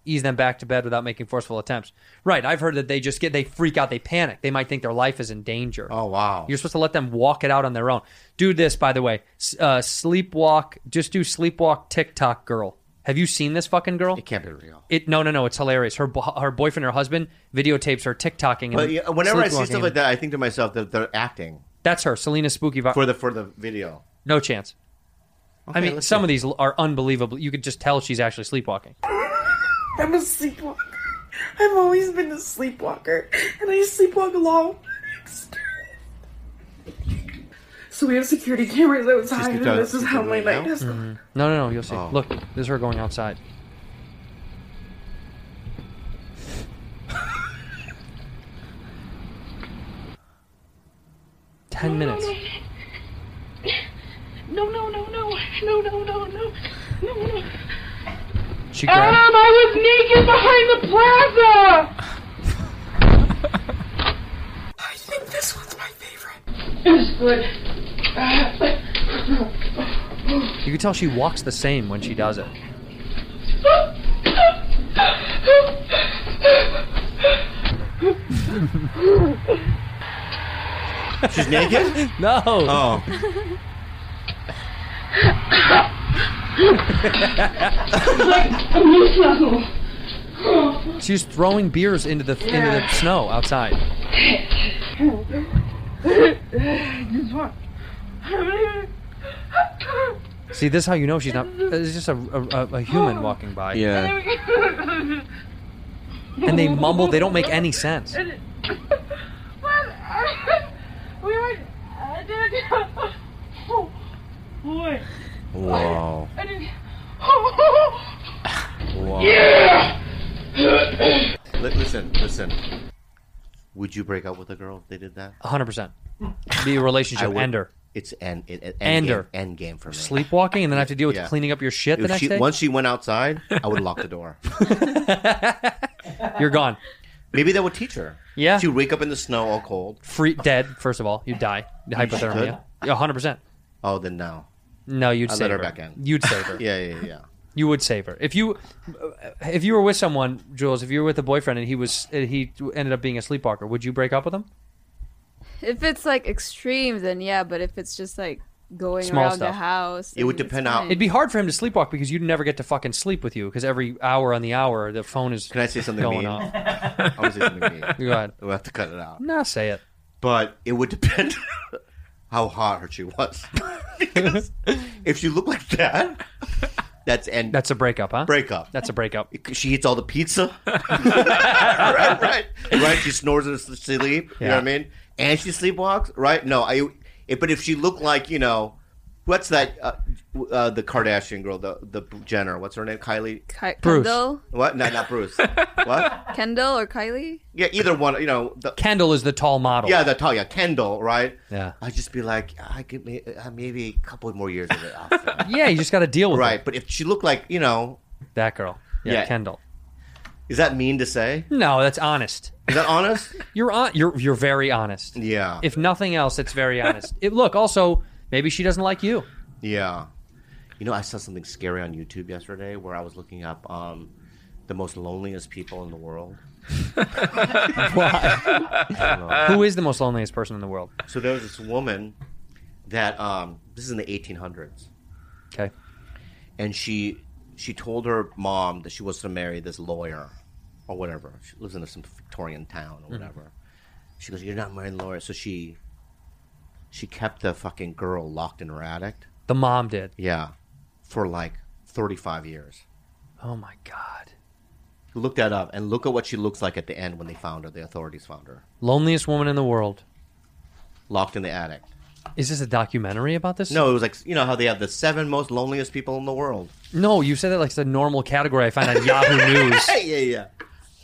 Ease them back to bed without making forceful attempts. Right, I've heard that they just get they freak out, they panic. They might think their life is in danger. Oh wow. You're supposed to let them walk it out on their own. Do this, by the way. S- Uh, sleepwalk. Just do sleepwalk TikTok girl. Have you seen this fucking girl? it can't be real. It no no no. It's hilarious. Her bo- her boyfriend, her husband, videotapes her TikToking. and But yeah, whenever I see sleepwalking. stuff like that, I think to myself that they're acting that's her. Selena Spooky. Vi- for the for the video. no chance. I mean, some of these are unbelievable. You could just tell she's actually sleepwalking. I'm a sleepwalker. I've always been a sleepwalker, and I sleepwalk along. So we have security cameras outside, and gonna- this is she's how gonna my right night now? has gone. No no no. You'll see. Oh. Look, this is her going outside. ten minutes. No, no, no, no, no, no, no, no, no, no. She Adam, grabbed. I was naked behind the plaza. I think this one's my favorite. It's good. You can tell she walks the same when she does it. She's naked? no. Oh. She's throwing beers into the into the Yeah. snow outside. Just one. See, this is how you know she's not. It's just a, a, a- a human walking by. Yeah. And they mumble. They don't make any sense. We were. I did. Oh, boy. Wow. I did. Oh, Wow. Yeah! Li- listen, listen. Would you break up with a girl if they did that? 100%. Be a relationship I would- ender. It's end, it, it- end, Ender. Game, end game for me. Sleepwalking, and then I have to deal with Yeah. cleaning up your shit the If next she, day. Once she went outside, I would lock the door. You're gone. Maybe that would teach her. Yeah. She'd wake up in the snow all cold. Free dead. First of all, you die. Hypothermia. Yeah, 100%. Oh, then no. No, you'd I save let her her. back in. You'd save her. yeah, yeah, yeah. You would save her if you if you were with someone, Jules. If you were with a boyfriend and he was and he ended up being a sleepwalker, would you break up with him? If it's like extreme, then yeah. But if it's just like going Small around the stuff. house, then it's fine. It'd be hard for him to sleepwalk because you'd never get to fucking sleep with you because every hour on the hour the phone is. Can I say something going mean? off. I want to say something mean. Go ahead. We'll have to cut it out. No, say it. But it would depend how hot her she was. because if she looked like that, that's end. That's a breakup, huh? Breakup. That's a breakup. She eats all the pizza. right, right, right. She snores in her sleep. You know what I mean? And she sleepwalks. Right? No, I. It, but if she looked like you know, what's that? Uh, uh, the Kardashian girl, the the Jenner. What's her name? Kylie. Ki- Bruce. Kendall? What? No, not Bruce. what? Kendall or Kylie. Yeah, either one. You know, the, Kendall is the tall model. Yeah, the tall, yeah, Kendall, right? Yeah. I'd just be like, I could may- uh, maybe a couple more years of it. Off. yeah, you just got to deal with right, but if she looked like, you know, that girl, yeah, Yeah. Kendall. is that mean to say? No, that's honest. Is that honest? You're on. You're you're very honest. Yeah. If nothing else, it's very honest. it, look, also maybe she doesn't like you. Yeah. You know, I saw something scary on YouTube yesterday where I was looking up um, the most loneliest people in the world. Why? Who is the most loneliest person in the world? So there was this woman that um, this is in the 1800s. Okay. And she she told her mom that she was to marry this lawyer or whatever. She lives in some Victorian town or Mhm. whatever. She goes, "You're not marrying the lawyer." So she she kept the fucking girl locked in her attic. The mom did. Yeah, for like 35 years. Oh my god. Look that up and look at what she looks like at the end when they found her. The authorities found her Loneliest woman in the world. locked in the attic. Is this a documentary about this? No, it was like you know how they have the seven most loneliest people in the world. No, you said that like it's a normal category I find on Yahoo News. yeah, yeah.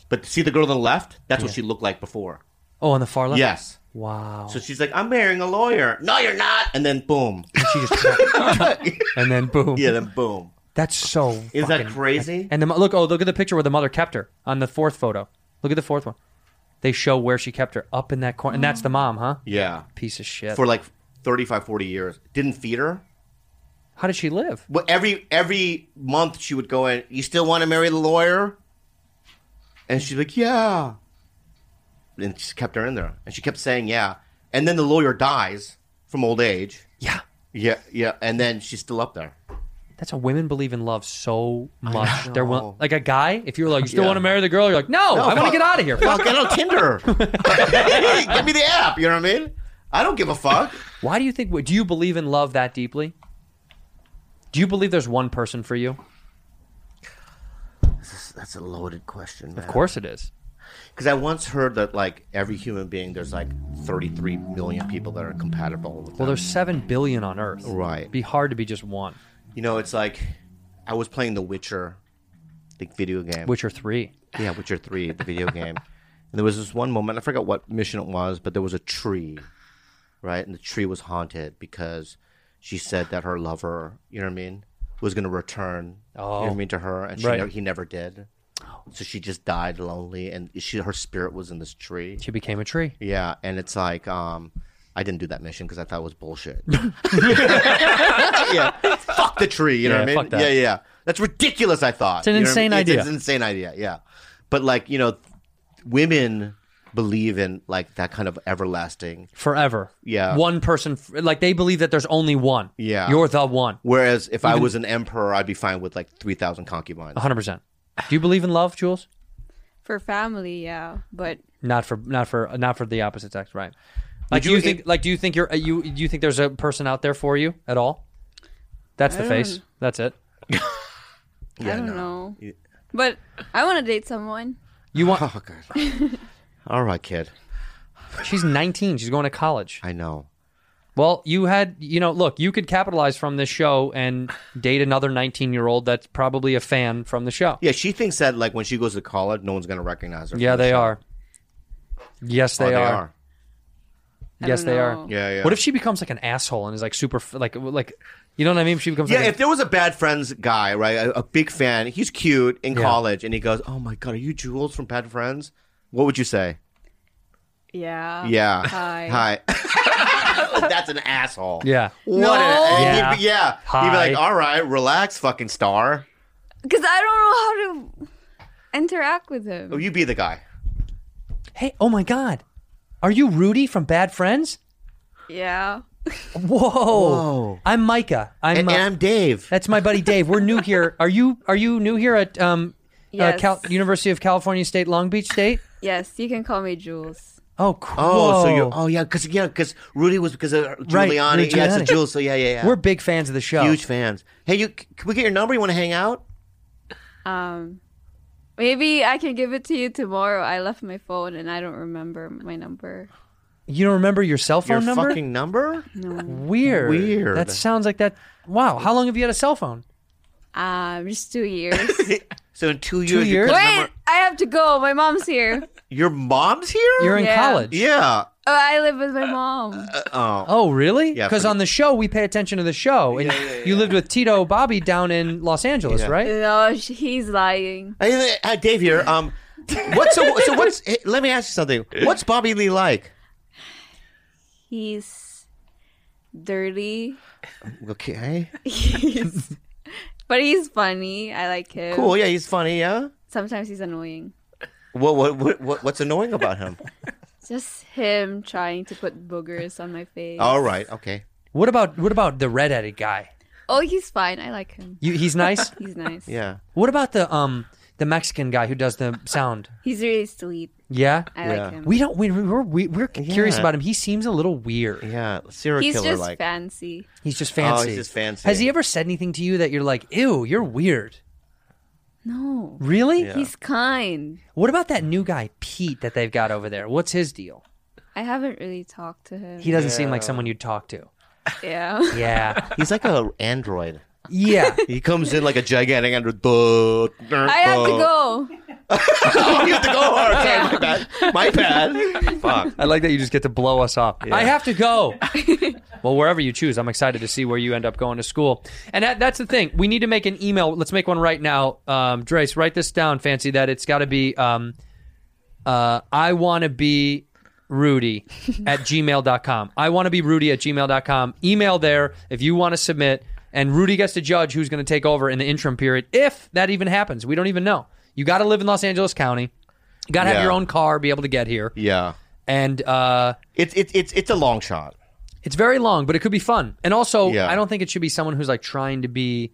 But see the girl on the left? That's what she looked like before. Oh, on the far left? Yes. Wow. So she's like, I'm marrying a lawyer. No, you're not. And then boom. And she just. and then boom. Yeah, then boom. That's so. Is that fucking- crazy? And the mo- look, oh, look at the picture where the mother kept her on the fourth photo. Look at the fourth one. They show where she kept her up in that corner, and that's the mom, huh? Yeah. Piece of shit. For like 35, 40 years. Didn't feed her. How did she live? Well, every every month she would go in. You still want to marry the lawyer? And she's like, yeah. And she kept her in there, and she kept saying yeah. And then the lawyer dies from old age. Yeah. Yeah, yeah. And then she's still up there. That's how women believe in love so much. They're know. will- like a guy. If you were like, you still Yeah. want to marry the girl? You're like, no, I want to fuck- get out of here. Fuck, get on Tinder. Give me the app. You know what I mean? I don't give a fuck. Why do you think? Do you believe in love that deeply? Do you believe there's one person for you? That's a loaded question. Of course it is. Because I once heard that like every human being, there's like 33 million people that are compatible. With Well, them. there's seven billion on Earth. Right. It'd be hard to be just one. You know, it's like I was playing The Witcher, the video game. Witcher three. Yeah, Witcher three, the video game. And there was this one moment I forgot what mission it was, but there was a tree, right? And the tree was haunted because she said that her lover, you know what I mean, was going to return, you know what I Oh. mean, to her, and she Right. never, he never did. So she just died lonely, and she her spirit was in this tree. She became a tree. Yeah, and it's like um, I didn't do that mission because I thought it was bullshit. yeah, fuck the tree. You know Yeah, what I mean? fuck that. Yeah, yeah. That's ridiculous. I thought It's an You know what I insane mean? idea. It's an insane idea. Yeah, but like you know, women believe in like that kind of everlasting forever. Yeah. One person, like they believe that there's only one. Yeah. You're the one. Whereas if I Even- was an emperor, I'd be fine with like three thousand concubines. 100%. Do you believe in love, Jules? For family, yeah, but Not for not for not for the opposite sex, right? Like, Would do you you- think like do you think you're uh, you do you think there's a person out there for you at all? That's the I face. don't- That's it. I don't know. But I want to date someone. You want? Oh, God. All right, kid. She's 19. She's going to college. I know. Well, you had, you know, look, you could capitalize from this show and date another 19 year old that's probably a fan from the show. Yeah, she thinks that like when she goes to college, no one's gonna recognize her. Yeah, for the they show. are. Yes, Oh, they, they are. are. I Yes, don't they know. are. Yeah, yeah. What if she becomes like an asshole and is like super, f- like, like, you know what I mean? She becomes Yeah, like a- if there was a bad friends guy, right, a, a big fan, he's cute in Yeah. college, and he goes, "Oh my god, are you Jules from Bad Friends?" What would you say? Yeah. yeah, Uh, Hi. hi. That's an asshole. Yeah. What? No. An, Yeah. yeah. He'd be, yeah. He'd be Hi. like, "All right, relax, fucking star. Because I don't know how to interact with him. Oh, you be the guy." hey, oh my God. Are you Rudy from Bad Friends? Yeah. Whoa. I'm Micah. I'm uh, And- and I'm Dave. That's my buddy Dave. We're new here. Are you are you new here at um uh, Yes. Cal- University of California State Long Beach State? Yes, you can call me Jules. Oh, Oh, so you? Whoa. Oh, yeah, because yeah, because Rudy was because of Giuliani. Right, Rudy Yeah, so Giuliani. Jules. So yeah, yeah, yeah. We're big fans of the show. huge fans. Hey, you? c- Can we get your number? You want to hang out? Um, maybe I can give it to you tomorrow. I left my phone and I don't remember my number. You don't remember your cell phone Your number? fucking number? No. Weird. Weird. That sounds like that. Wow. How long have you had a cell phone? Um, just two years. So in two years, Two you years? couldn't Wait, remember- I have to go. My mom's here. your mom's here. You're in Yeah. college. Yeah. Oh, I live with my mom. Oh. Oh, really? Yeah, Because pretty- on the show, we pay attention to the show. And you lived with Tito Bobby down in Los Angeles, Yeah. right? No, sh- he's lying. Hey, hey, Dave here. Um, what's so, so what's? hey, Let me ask you something. What's Bobby Lee like? He's dirty, Okay. but he's funny. I like him. Cool. Yeah, he's funny. Yeah. Sometimes he's annoying. What? What? What? what what's annoying about him? Just him trying to put boogers on my face. All right. Okay. What about what about the redheaded guy? Oh, he's fine. I like him. You, he's nice. He's nice. Yeah. what about the um the Mexican guy who does the sound? He's really sweet. Yeah. I Yeah. like him. We don't. We, we're we, we're curious Yeah. about him. He seems a little weird. Yeah. Serial he's killer just like. fancy. He's just Oh, fancy. he's just fancy. Has he ever said anything to you that you're like, ew, you're weird? No, Really? Yeah. he's kind. What about that new guy, Pete, that they've got over there? What's his deal? I haven't really talked to him. He doesn't seem like someone you'd talk to. yeah. Yeah. He's like a android. Yeah. He comes in like a gigantic android. Duh, duh, I have to duh. go. Oh, you have to go. All right, Yeah. my bad. My bad. Fuck. I like that you just get to blow us off. I have to go. well, wherever you choose, I'm excited to see where you end up going to school. And that, that's the thing. We need to make an email. Let's make one right now. Um, Drace, write this down, Fancy, that it's got to be um, uh, I want to be Rudy at gmail.com. I want to be Rudy at gmail.com. Email there if you want to submit. And Rudy gets to judge who's going to take over in the interim period, if that even happens. We don't even know. You got to live in Los Angeles County. You got to have Yeah. your own car, be able to get here Yeah. and uh, It's it's it's it's a long shot. it's very long, but it could be fun. And also, Yeah. I don't think it should be someone who's like trying to be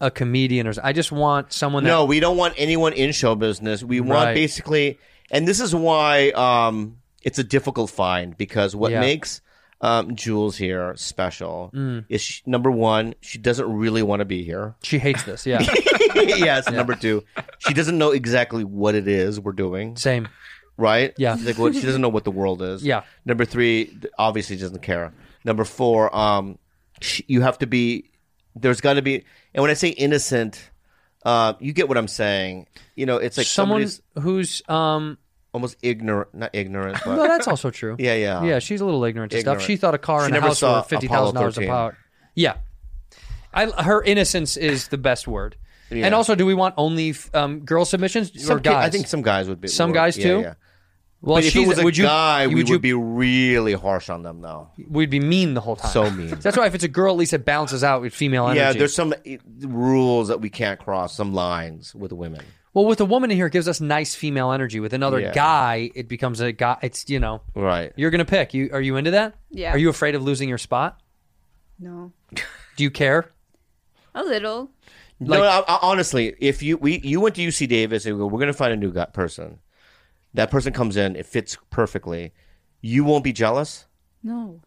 a comedian or. s- I just want someone. That, No, we don't want anyone in show business. We Right. want basically, and this is why um, it's a difficult find because what Yeah. makes um, Jules here special Mm. is she, number one, she doesn't really want to be here. she hates this. Yeah, yes, and number two, she doesn't know exactly what it is we're doing. same. Right? Yeah. She's like, what, she doesn't know what the world is. Yeah. Number three, th- obviously doesn't care. Number four, um, sh- you have to be. There's got to be, and when I say innocent, uh, you get what I'm saying. You know, it's like someone somebody's who's um almost ignorant, not ignorant. But, No, that's also true. Yeah, yeah, Yeah, she's a little ignorant to stuff. Ignorant. She thought a car She and a never house saw were fifty thousand dollars a Apollo power. Yeah, I, her innocence is the best word. And also, do we want only f- um, girl submissions or Some ki- guys? I think some guys would be. Some would- guys yeah, too. Yeah. Well, But if she's, it was a would you, guy, we would you would be really harsh on them, though. we'd be mean the whole time. So mean. That's why if it's a girl, at least it balances out with female energy. Yeah, there's some eh, rules that we can't cross, some lines with women. Well, with a woman in here, it gives us nice female energy. With another Yeah. guy, it becomes a guy. It's you know, right? You're gonna pick. You are you into that? Yeah. Are you afraid of losing your spot? No. Do you care? A little. no, I, I- honestly, if you we you went to UC Davis and we go, we're going to find a new guy, person, that person comes in, it fits perfectly. You won't be jealous. No.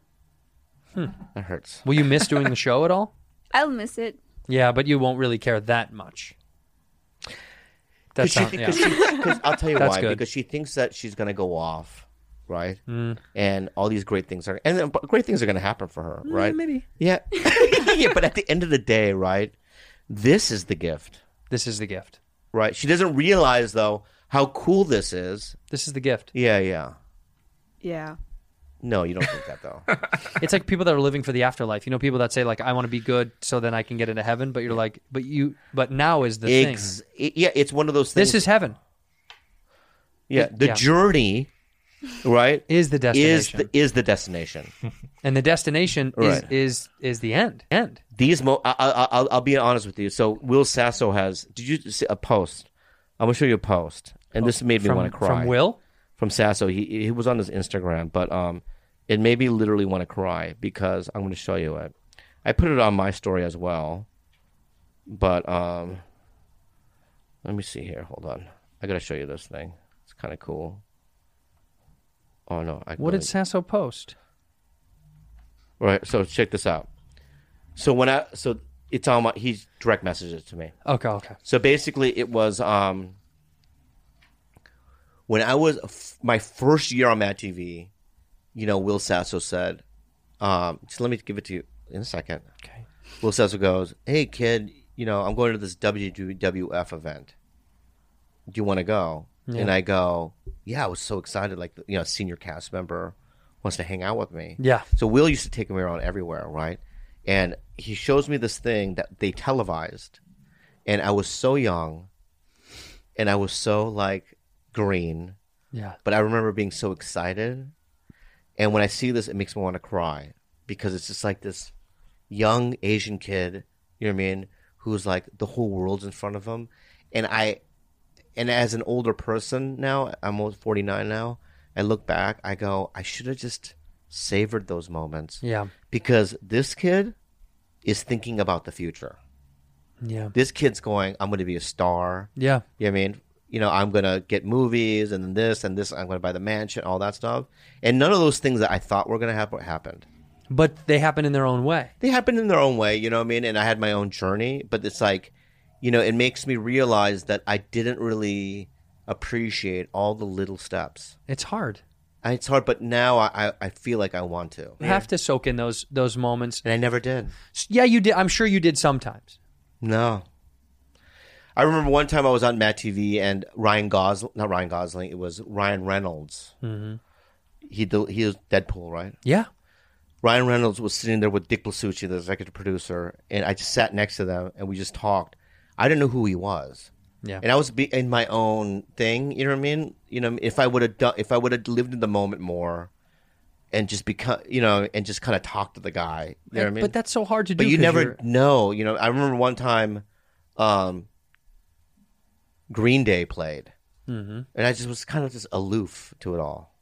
That hurts. Will you miss doing the show at all? I'll miss it. Yeah, but you won't really care that much. That's she, sound, yeah. because she- 'cause I'll tell you That's why. good. Mm. Because she thinks that she's going to go off, right? And all these great things are, and then- but great things are going to happen for her, right? Mm, maybe. Yeah. yeah, but at the end of the day, right? This is the gift. This is the gift. Right. She doesn't realize though how cool this is. This is the gift. Yeah, yeah. Yeah. No, you don't think that though. it's like people that are living for the afterlife. You know, people that say like, "I want to be good so then I can get into heaven," but you're like, "But you, but now is the Ex- thing." i- Yeah, it's one of those things. This is heaven. yeah, the yeah. journey, right? Is the destination. Is the, is the destination. and the destination Right. is is is the end. End. These mo- I, I, I'll, I'll be honest with you. So Will Sasso has. Did you see a post? I'm gonna show you a post, and this made me Oh, From- want to cry. from Will? From Sasso. He he was on his Instagram, but um, it made me literally want to cry because I'm gonna show you it. I put it on my story as well, but um, let me see here. Hold on. I gotta show you this thing. It's kind of cool. Oh no! I What really- did Sasso post? Right. So check this out. So when I so it's on my he direct messages to me. Okay, okay. So basically, it was um when I was f- my first year on Mad TV. You know, Will Sasso said, um, "So let me give it to you in a second. Okay. Will Sasso goes, "Hey kid, you know I'm going to this WWF event. Do you want to go?" Yeah. And I go, "Yeah, I was so excited. Like you know, senior cast member wants to hang out with me." Yeah. So Will used to take me around everywhere, right? And he shows me this thing that they televised, and I was so young, and I was so like green. Yeah. But I remember being so excited, and when I see this, it makes me want to cry because it's just like this young Asian kid, you know what I mean, who's like the whole world's in front of him, and I, and as an older person now, I'm almost 49 now. I look back, I go, I should have just savored those moments. Yeah. Because this kid is thinking about the future. Yeah. This kid's going, I'm going to be a star. Yeah. You know what I mean? You know, I'm going to get movies and then this and this. I'm going to buy the mansion, all that stuff. And none of those things that I thought were going to happen happened. But they happen in their own way. They happened in their own way, you know what I mean? And I had my own journey, but it's like, you know, it makes me realize that I didn't really appreciate all the little steps. It's hard. I- It's hard, but now I, I- I feel like I want to. You have to soak in those those moments. And I never did. Yeah, you did. I'm sure you did sometimes. No. I remember one time I was on Matt TV and Ryan Gosling, not Ryan Gosling, it was Ryan Reynolds. Mhm. He del- he was Deadpool, right? Yeah. Ryan Reynolds was sitting there with Dick Blasucci, the executive producer, and I just sat next to them and we just talked. I didn't know who he was. Yeah. And I was be- in my own thing, you know what I mean? You know, if I would have done, if I would have lived in the moment more, and just become, you know, and just kind of talk to the guy, you know what I mean? But that's so hard to do. But you 'cause never you're- know. You know, I remember one time, um, Green Day played, Mhm. and I just was kind of just aloof to it all.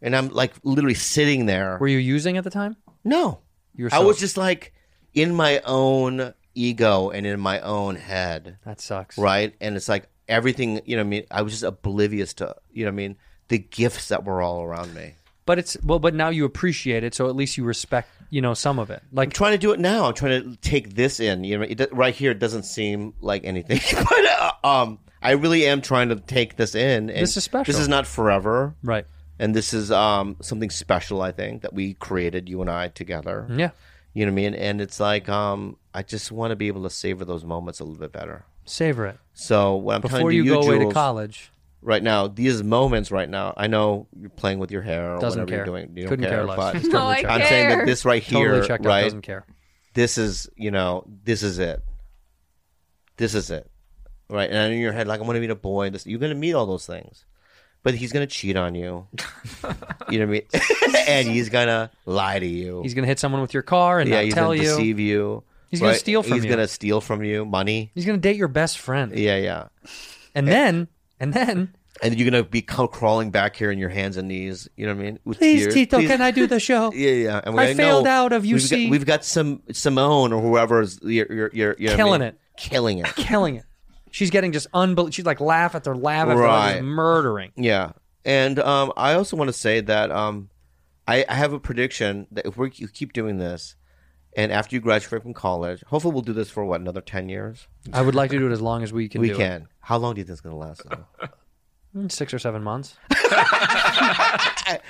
And I'm like literally sitting there. Were you using at the time? No, You were I so- was just like in my own ego and in my own head. That sucks, right? And it's like everything. You know, what I mean, I was just oblivious to. You know, what I mean, the gifts that were all around me. But it's well, but now you appreciate it, so at least you respect, you know, some of it. Like I'm trying to do it now. I'm trying to take this in. You know, it, do- right here, it doesn't seem like anything, but uh, um, I really am trying to take this in. And This is special. This is not forever, Right. And this is um something special. I think that we created you and I together. Yeah. you know what I mean. And it's like um, I just want to be able to savor those moments a little bit better. Savor it. So what I'm Before telling you you, go away to Jules, college. right now, these moments right now, I know you're playing with your hair or Doesn't whatever care. you're doing. You don't Couldn't care care, less. but He's totally No, I checked out. I'm saying care. that this right here, Totally checked out. right? Doesn't care. This is, you know, this is it. This is it, right? And in your head, like I'm going to meet a boy. This you're going to meet all those things, but he's going to cheat on you. you know what I mean? and he's going to lie to you. He's gonna hit someone with your car and yeah, not he's tell gonna you. deceive you. He's gonna right? steal from He's you. going to steal from you money. He's gonna date your best friend. Yeah, yeah. And then, and then, and you're gonna be ca- crawling back here on your hands and knees. You know what I mean? With Please, tears. Tito, Please. can I do the show? Yeah, yeah. And I like, failed out of We've UC. got, we've got some Simone or whoever's you're, you're, you're, you know what I Killing mean? it. killing it, killing it. She's getting just unbelievable. She's like laugh after laugh after laugh, right? just murdering. Yeah, and um, I also want to say that um, I, I have a prediction that if we you keep doing this, and after you graduate from college, hopefully we'll do this for what another ten years. I would like to do it as long as we can. we do it. can. How long do you think it's gonna last? Though? Mm, Six or seven months. I,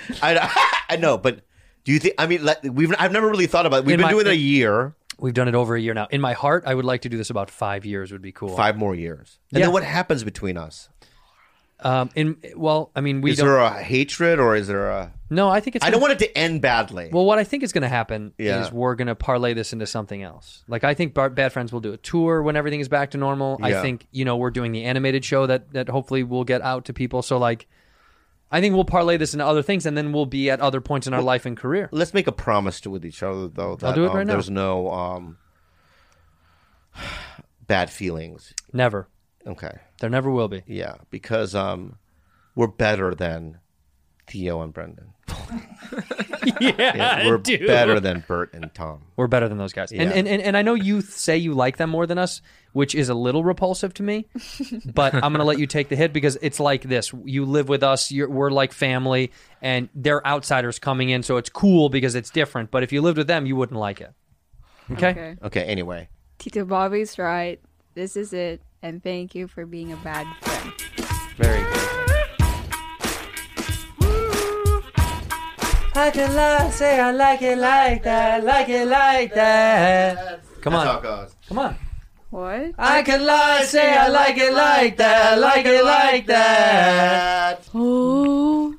I know, but do you think? I mean, like, we've I've never really thought about it. We've In been my- doing it a year. We've done it over a year now. In my heart, I would like to do this about five years. Would be cool. Five more years. And Yeah. then what happens between us? Um. In well, I mean, we is don't. there a hatred or is there a? no, I think it's. I gonna- don't want it to end badly. Well, what I think is going to happen Yeah. is we're going to parlay this into something else. Like I think Bar- Bad Friends will do a tour when everything is back to normal. I Yeah. think you know we're doing the animated show that that hopefully will get out to people. So like, I think we'll parlay this into other things, and then we'll be at other points in our life and career. Let's make a promise to with each other though. That, do it um, right now. There's no um, bad feelings. Never. Okay. There never will be. Yeah, because um, we're better than Theo and Brendan. yeah, we're dude. better than Bert and Tom. We're better than those guys. And, Yeah. and, and and I know you th- say you like them more than us, which is a little repulsive to me. But I'm going to let you take the hit because it's like this: you live with us, you're, we're like family, and they're outsiders coming in, so it's cool because it's different. But if you lived with them, you wouldn't like it. Okay. Okay. Okay. Anyway, Tito Bobby's right. This is it. And thank you for being a bad friend. very good. I can lie, say I like it like that, like it like that. Come That's on. how it goes. Come on. What? I can lie, say I like it like that, like it like that. Oh.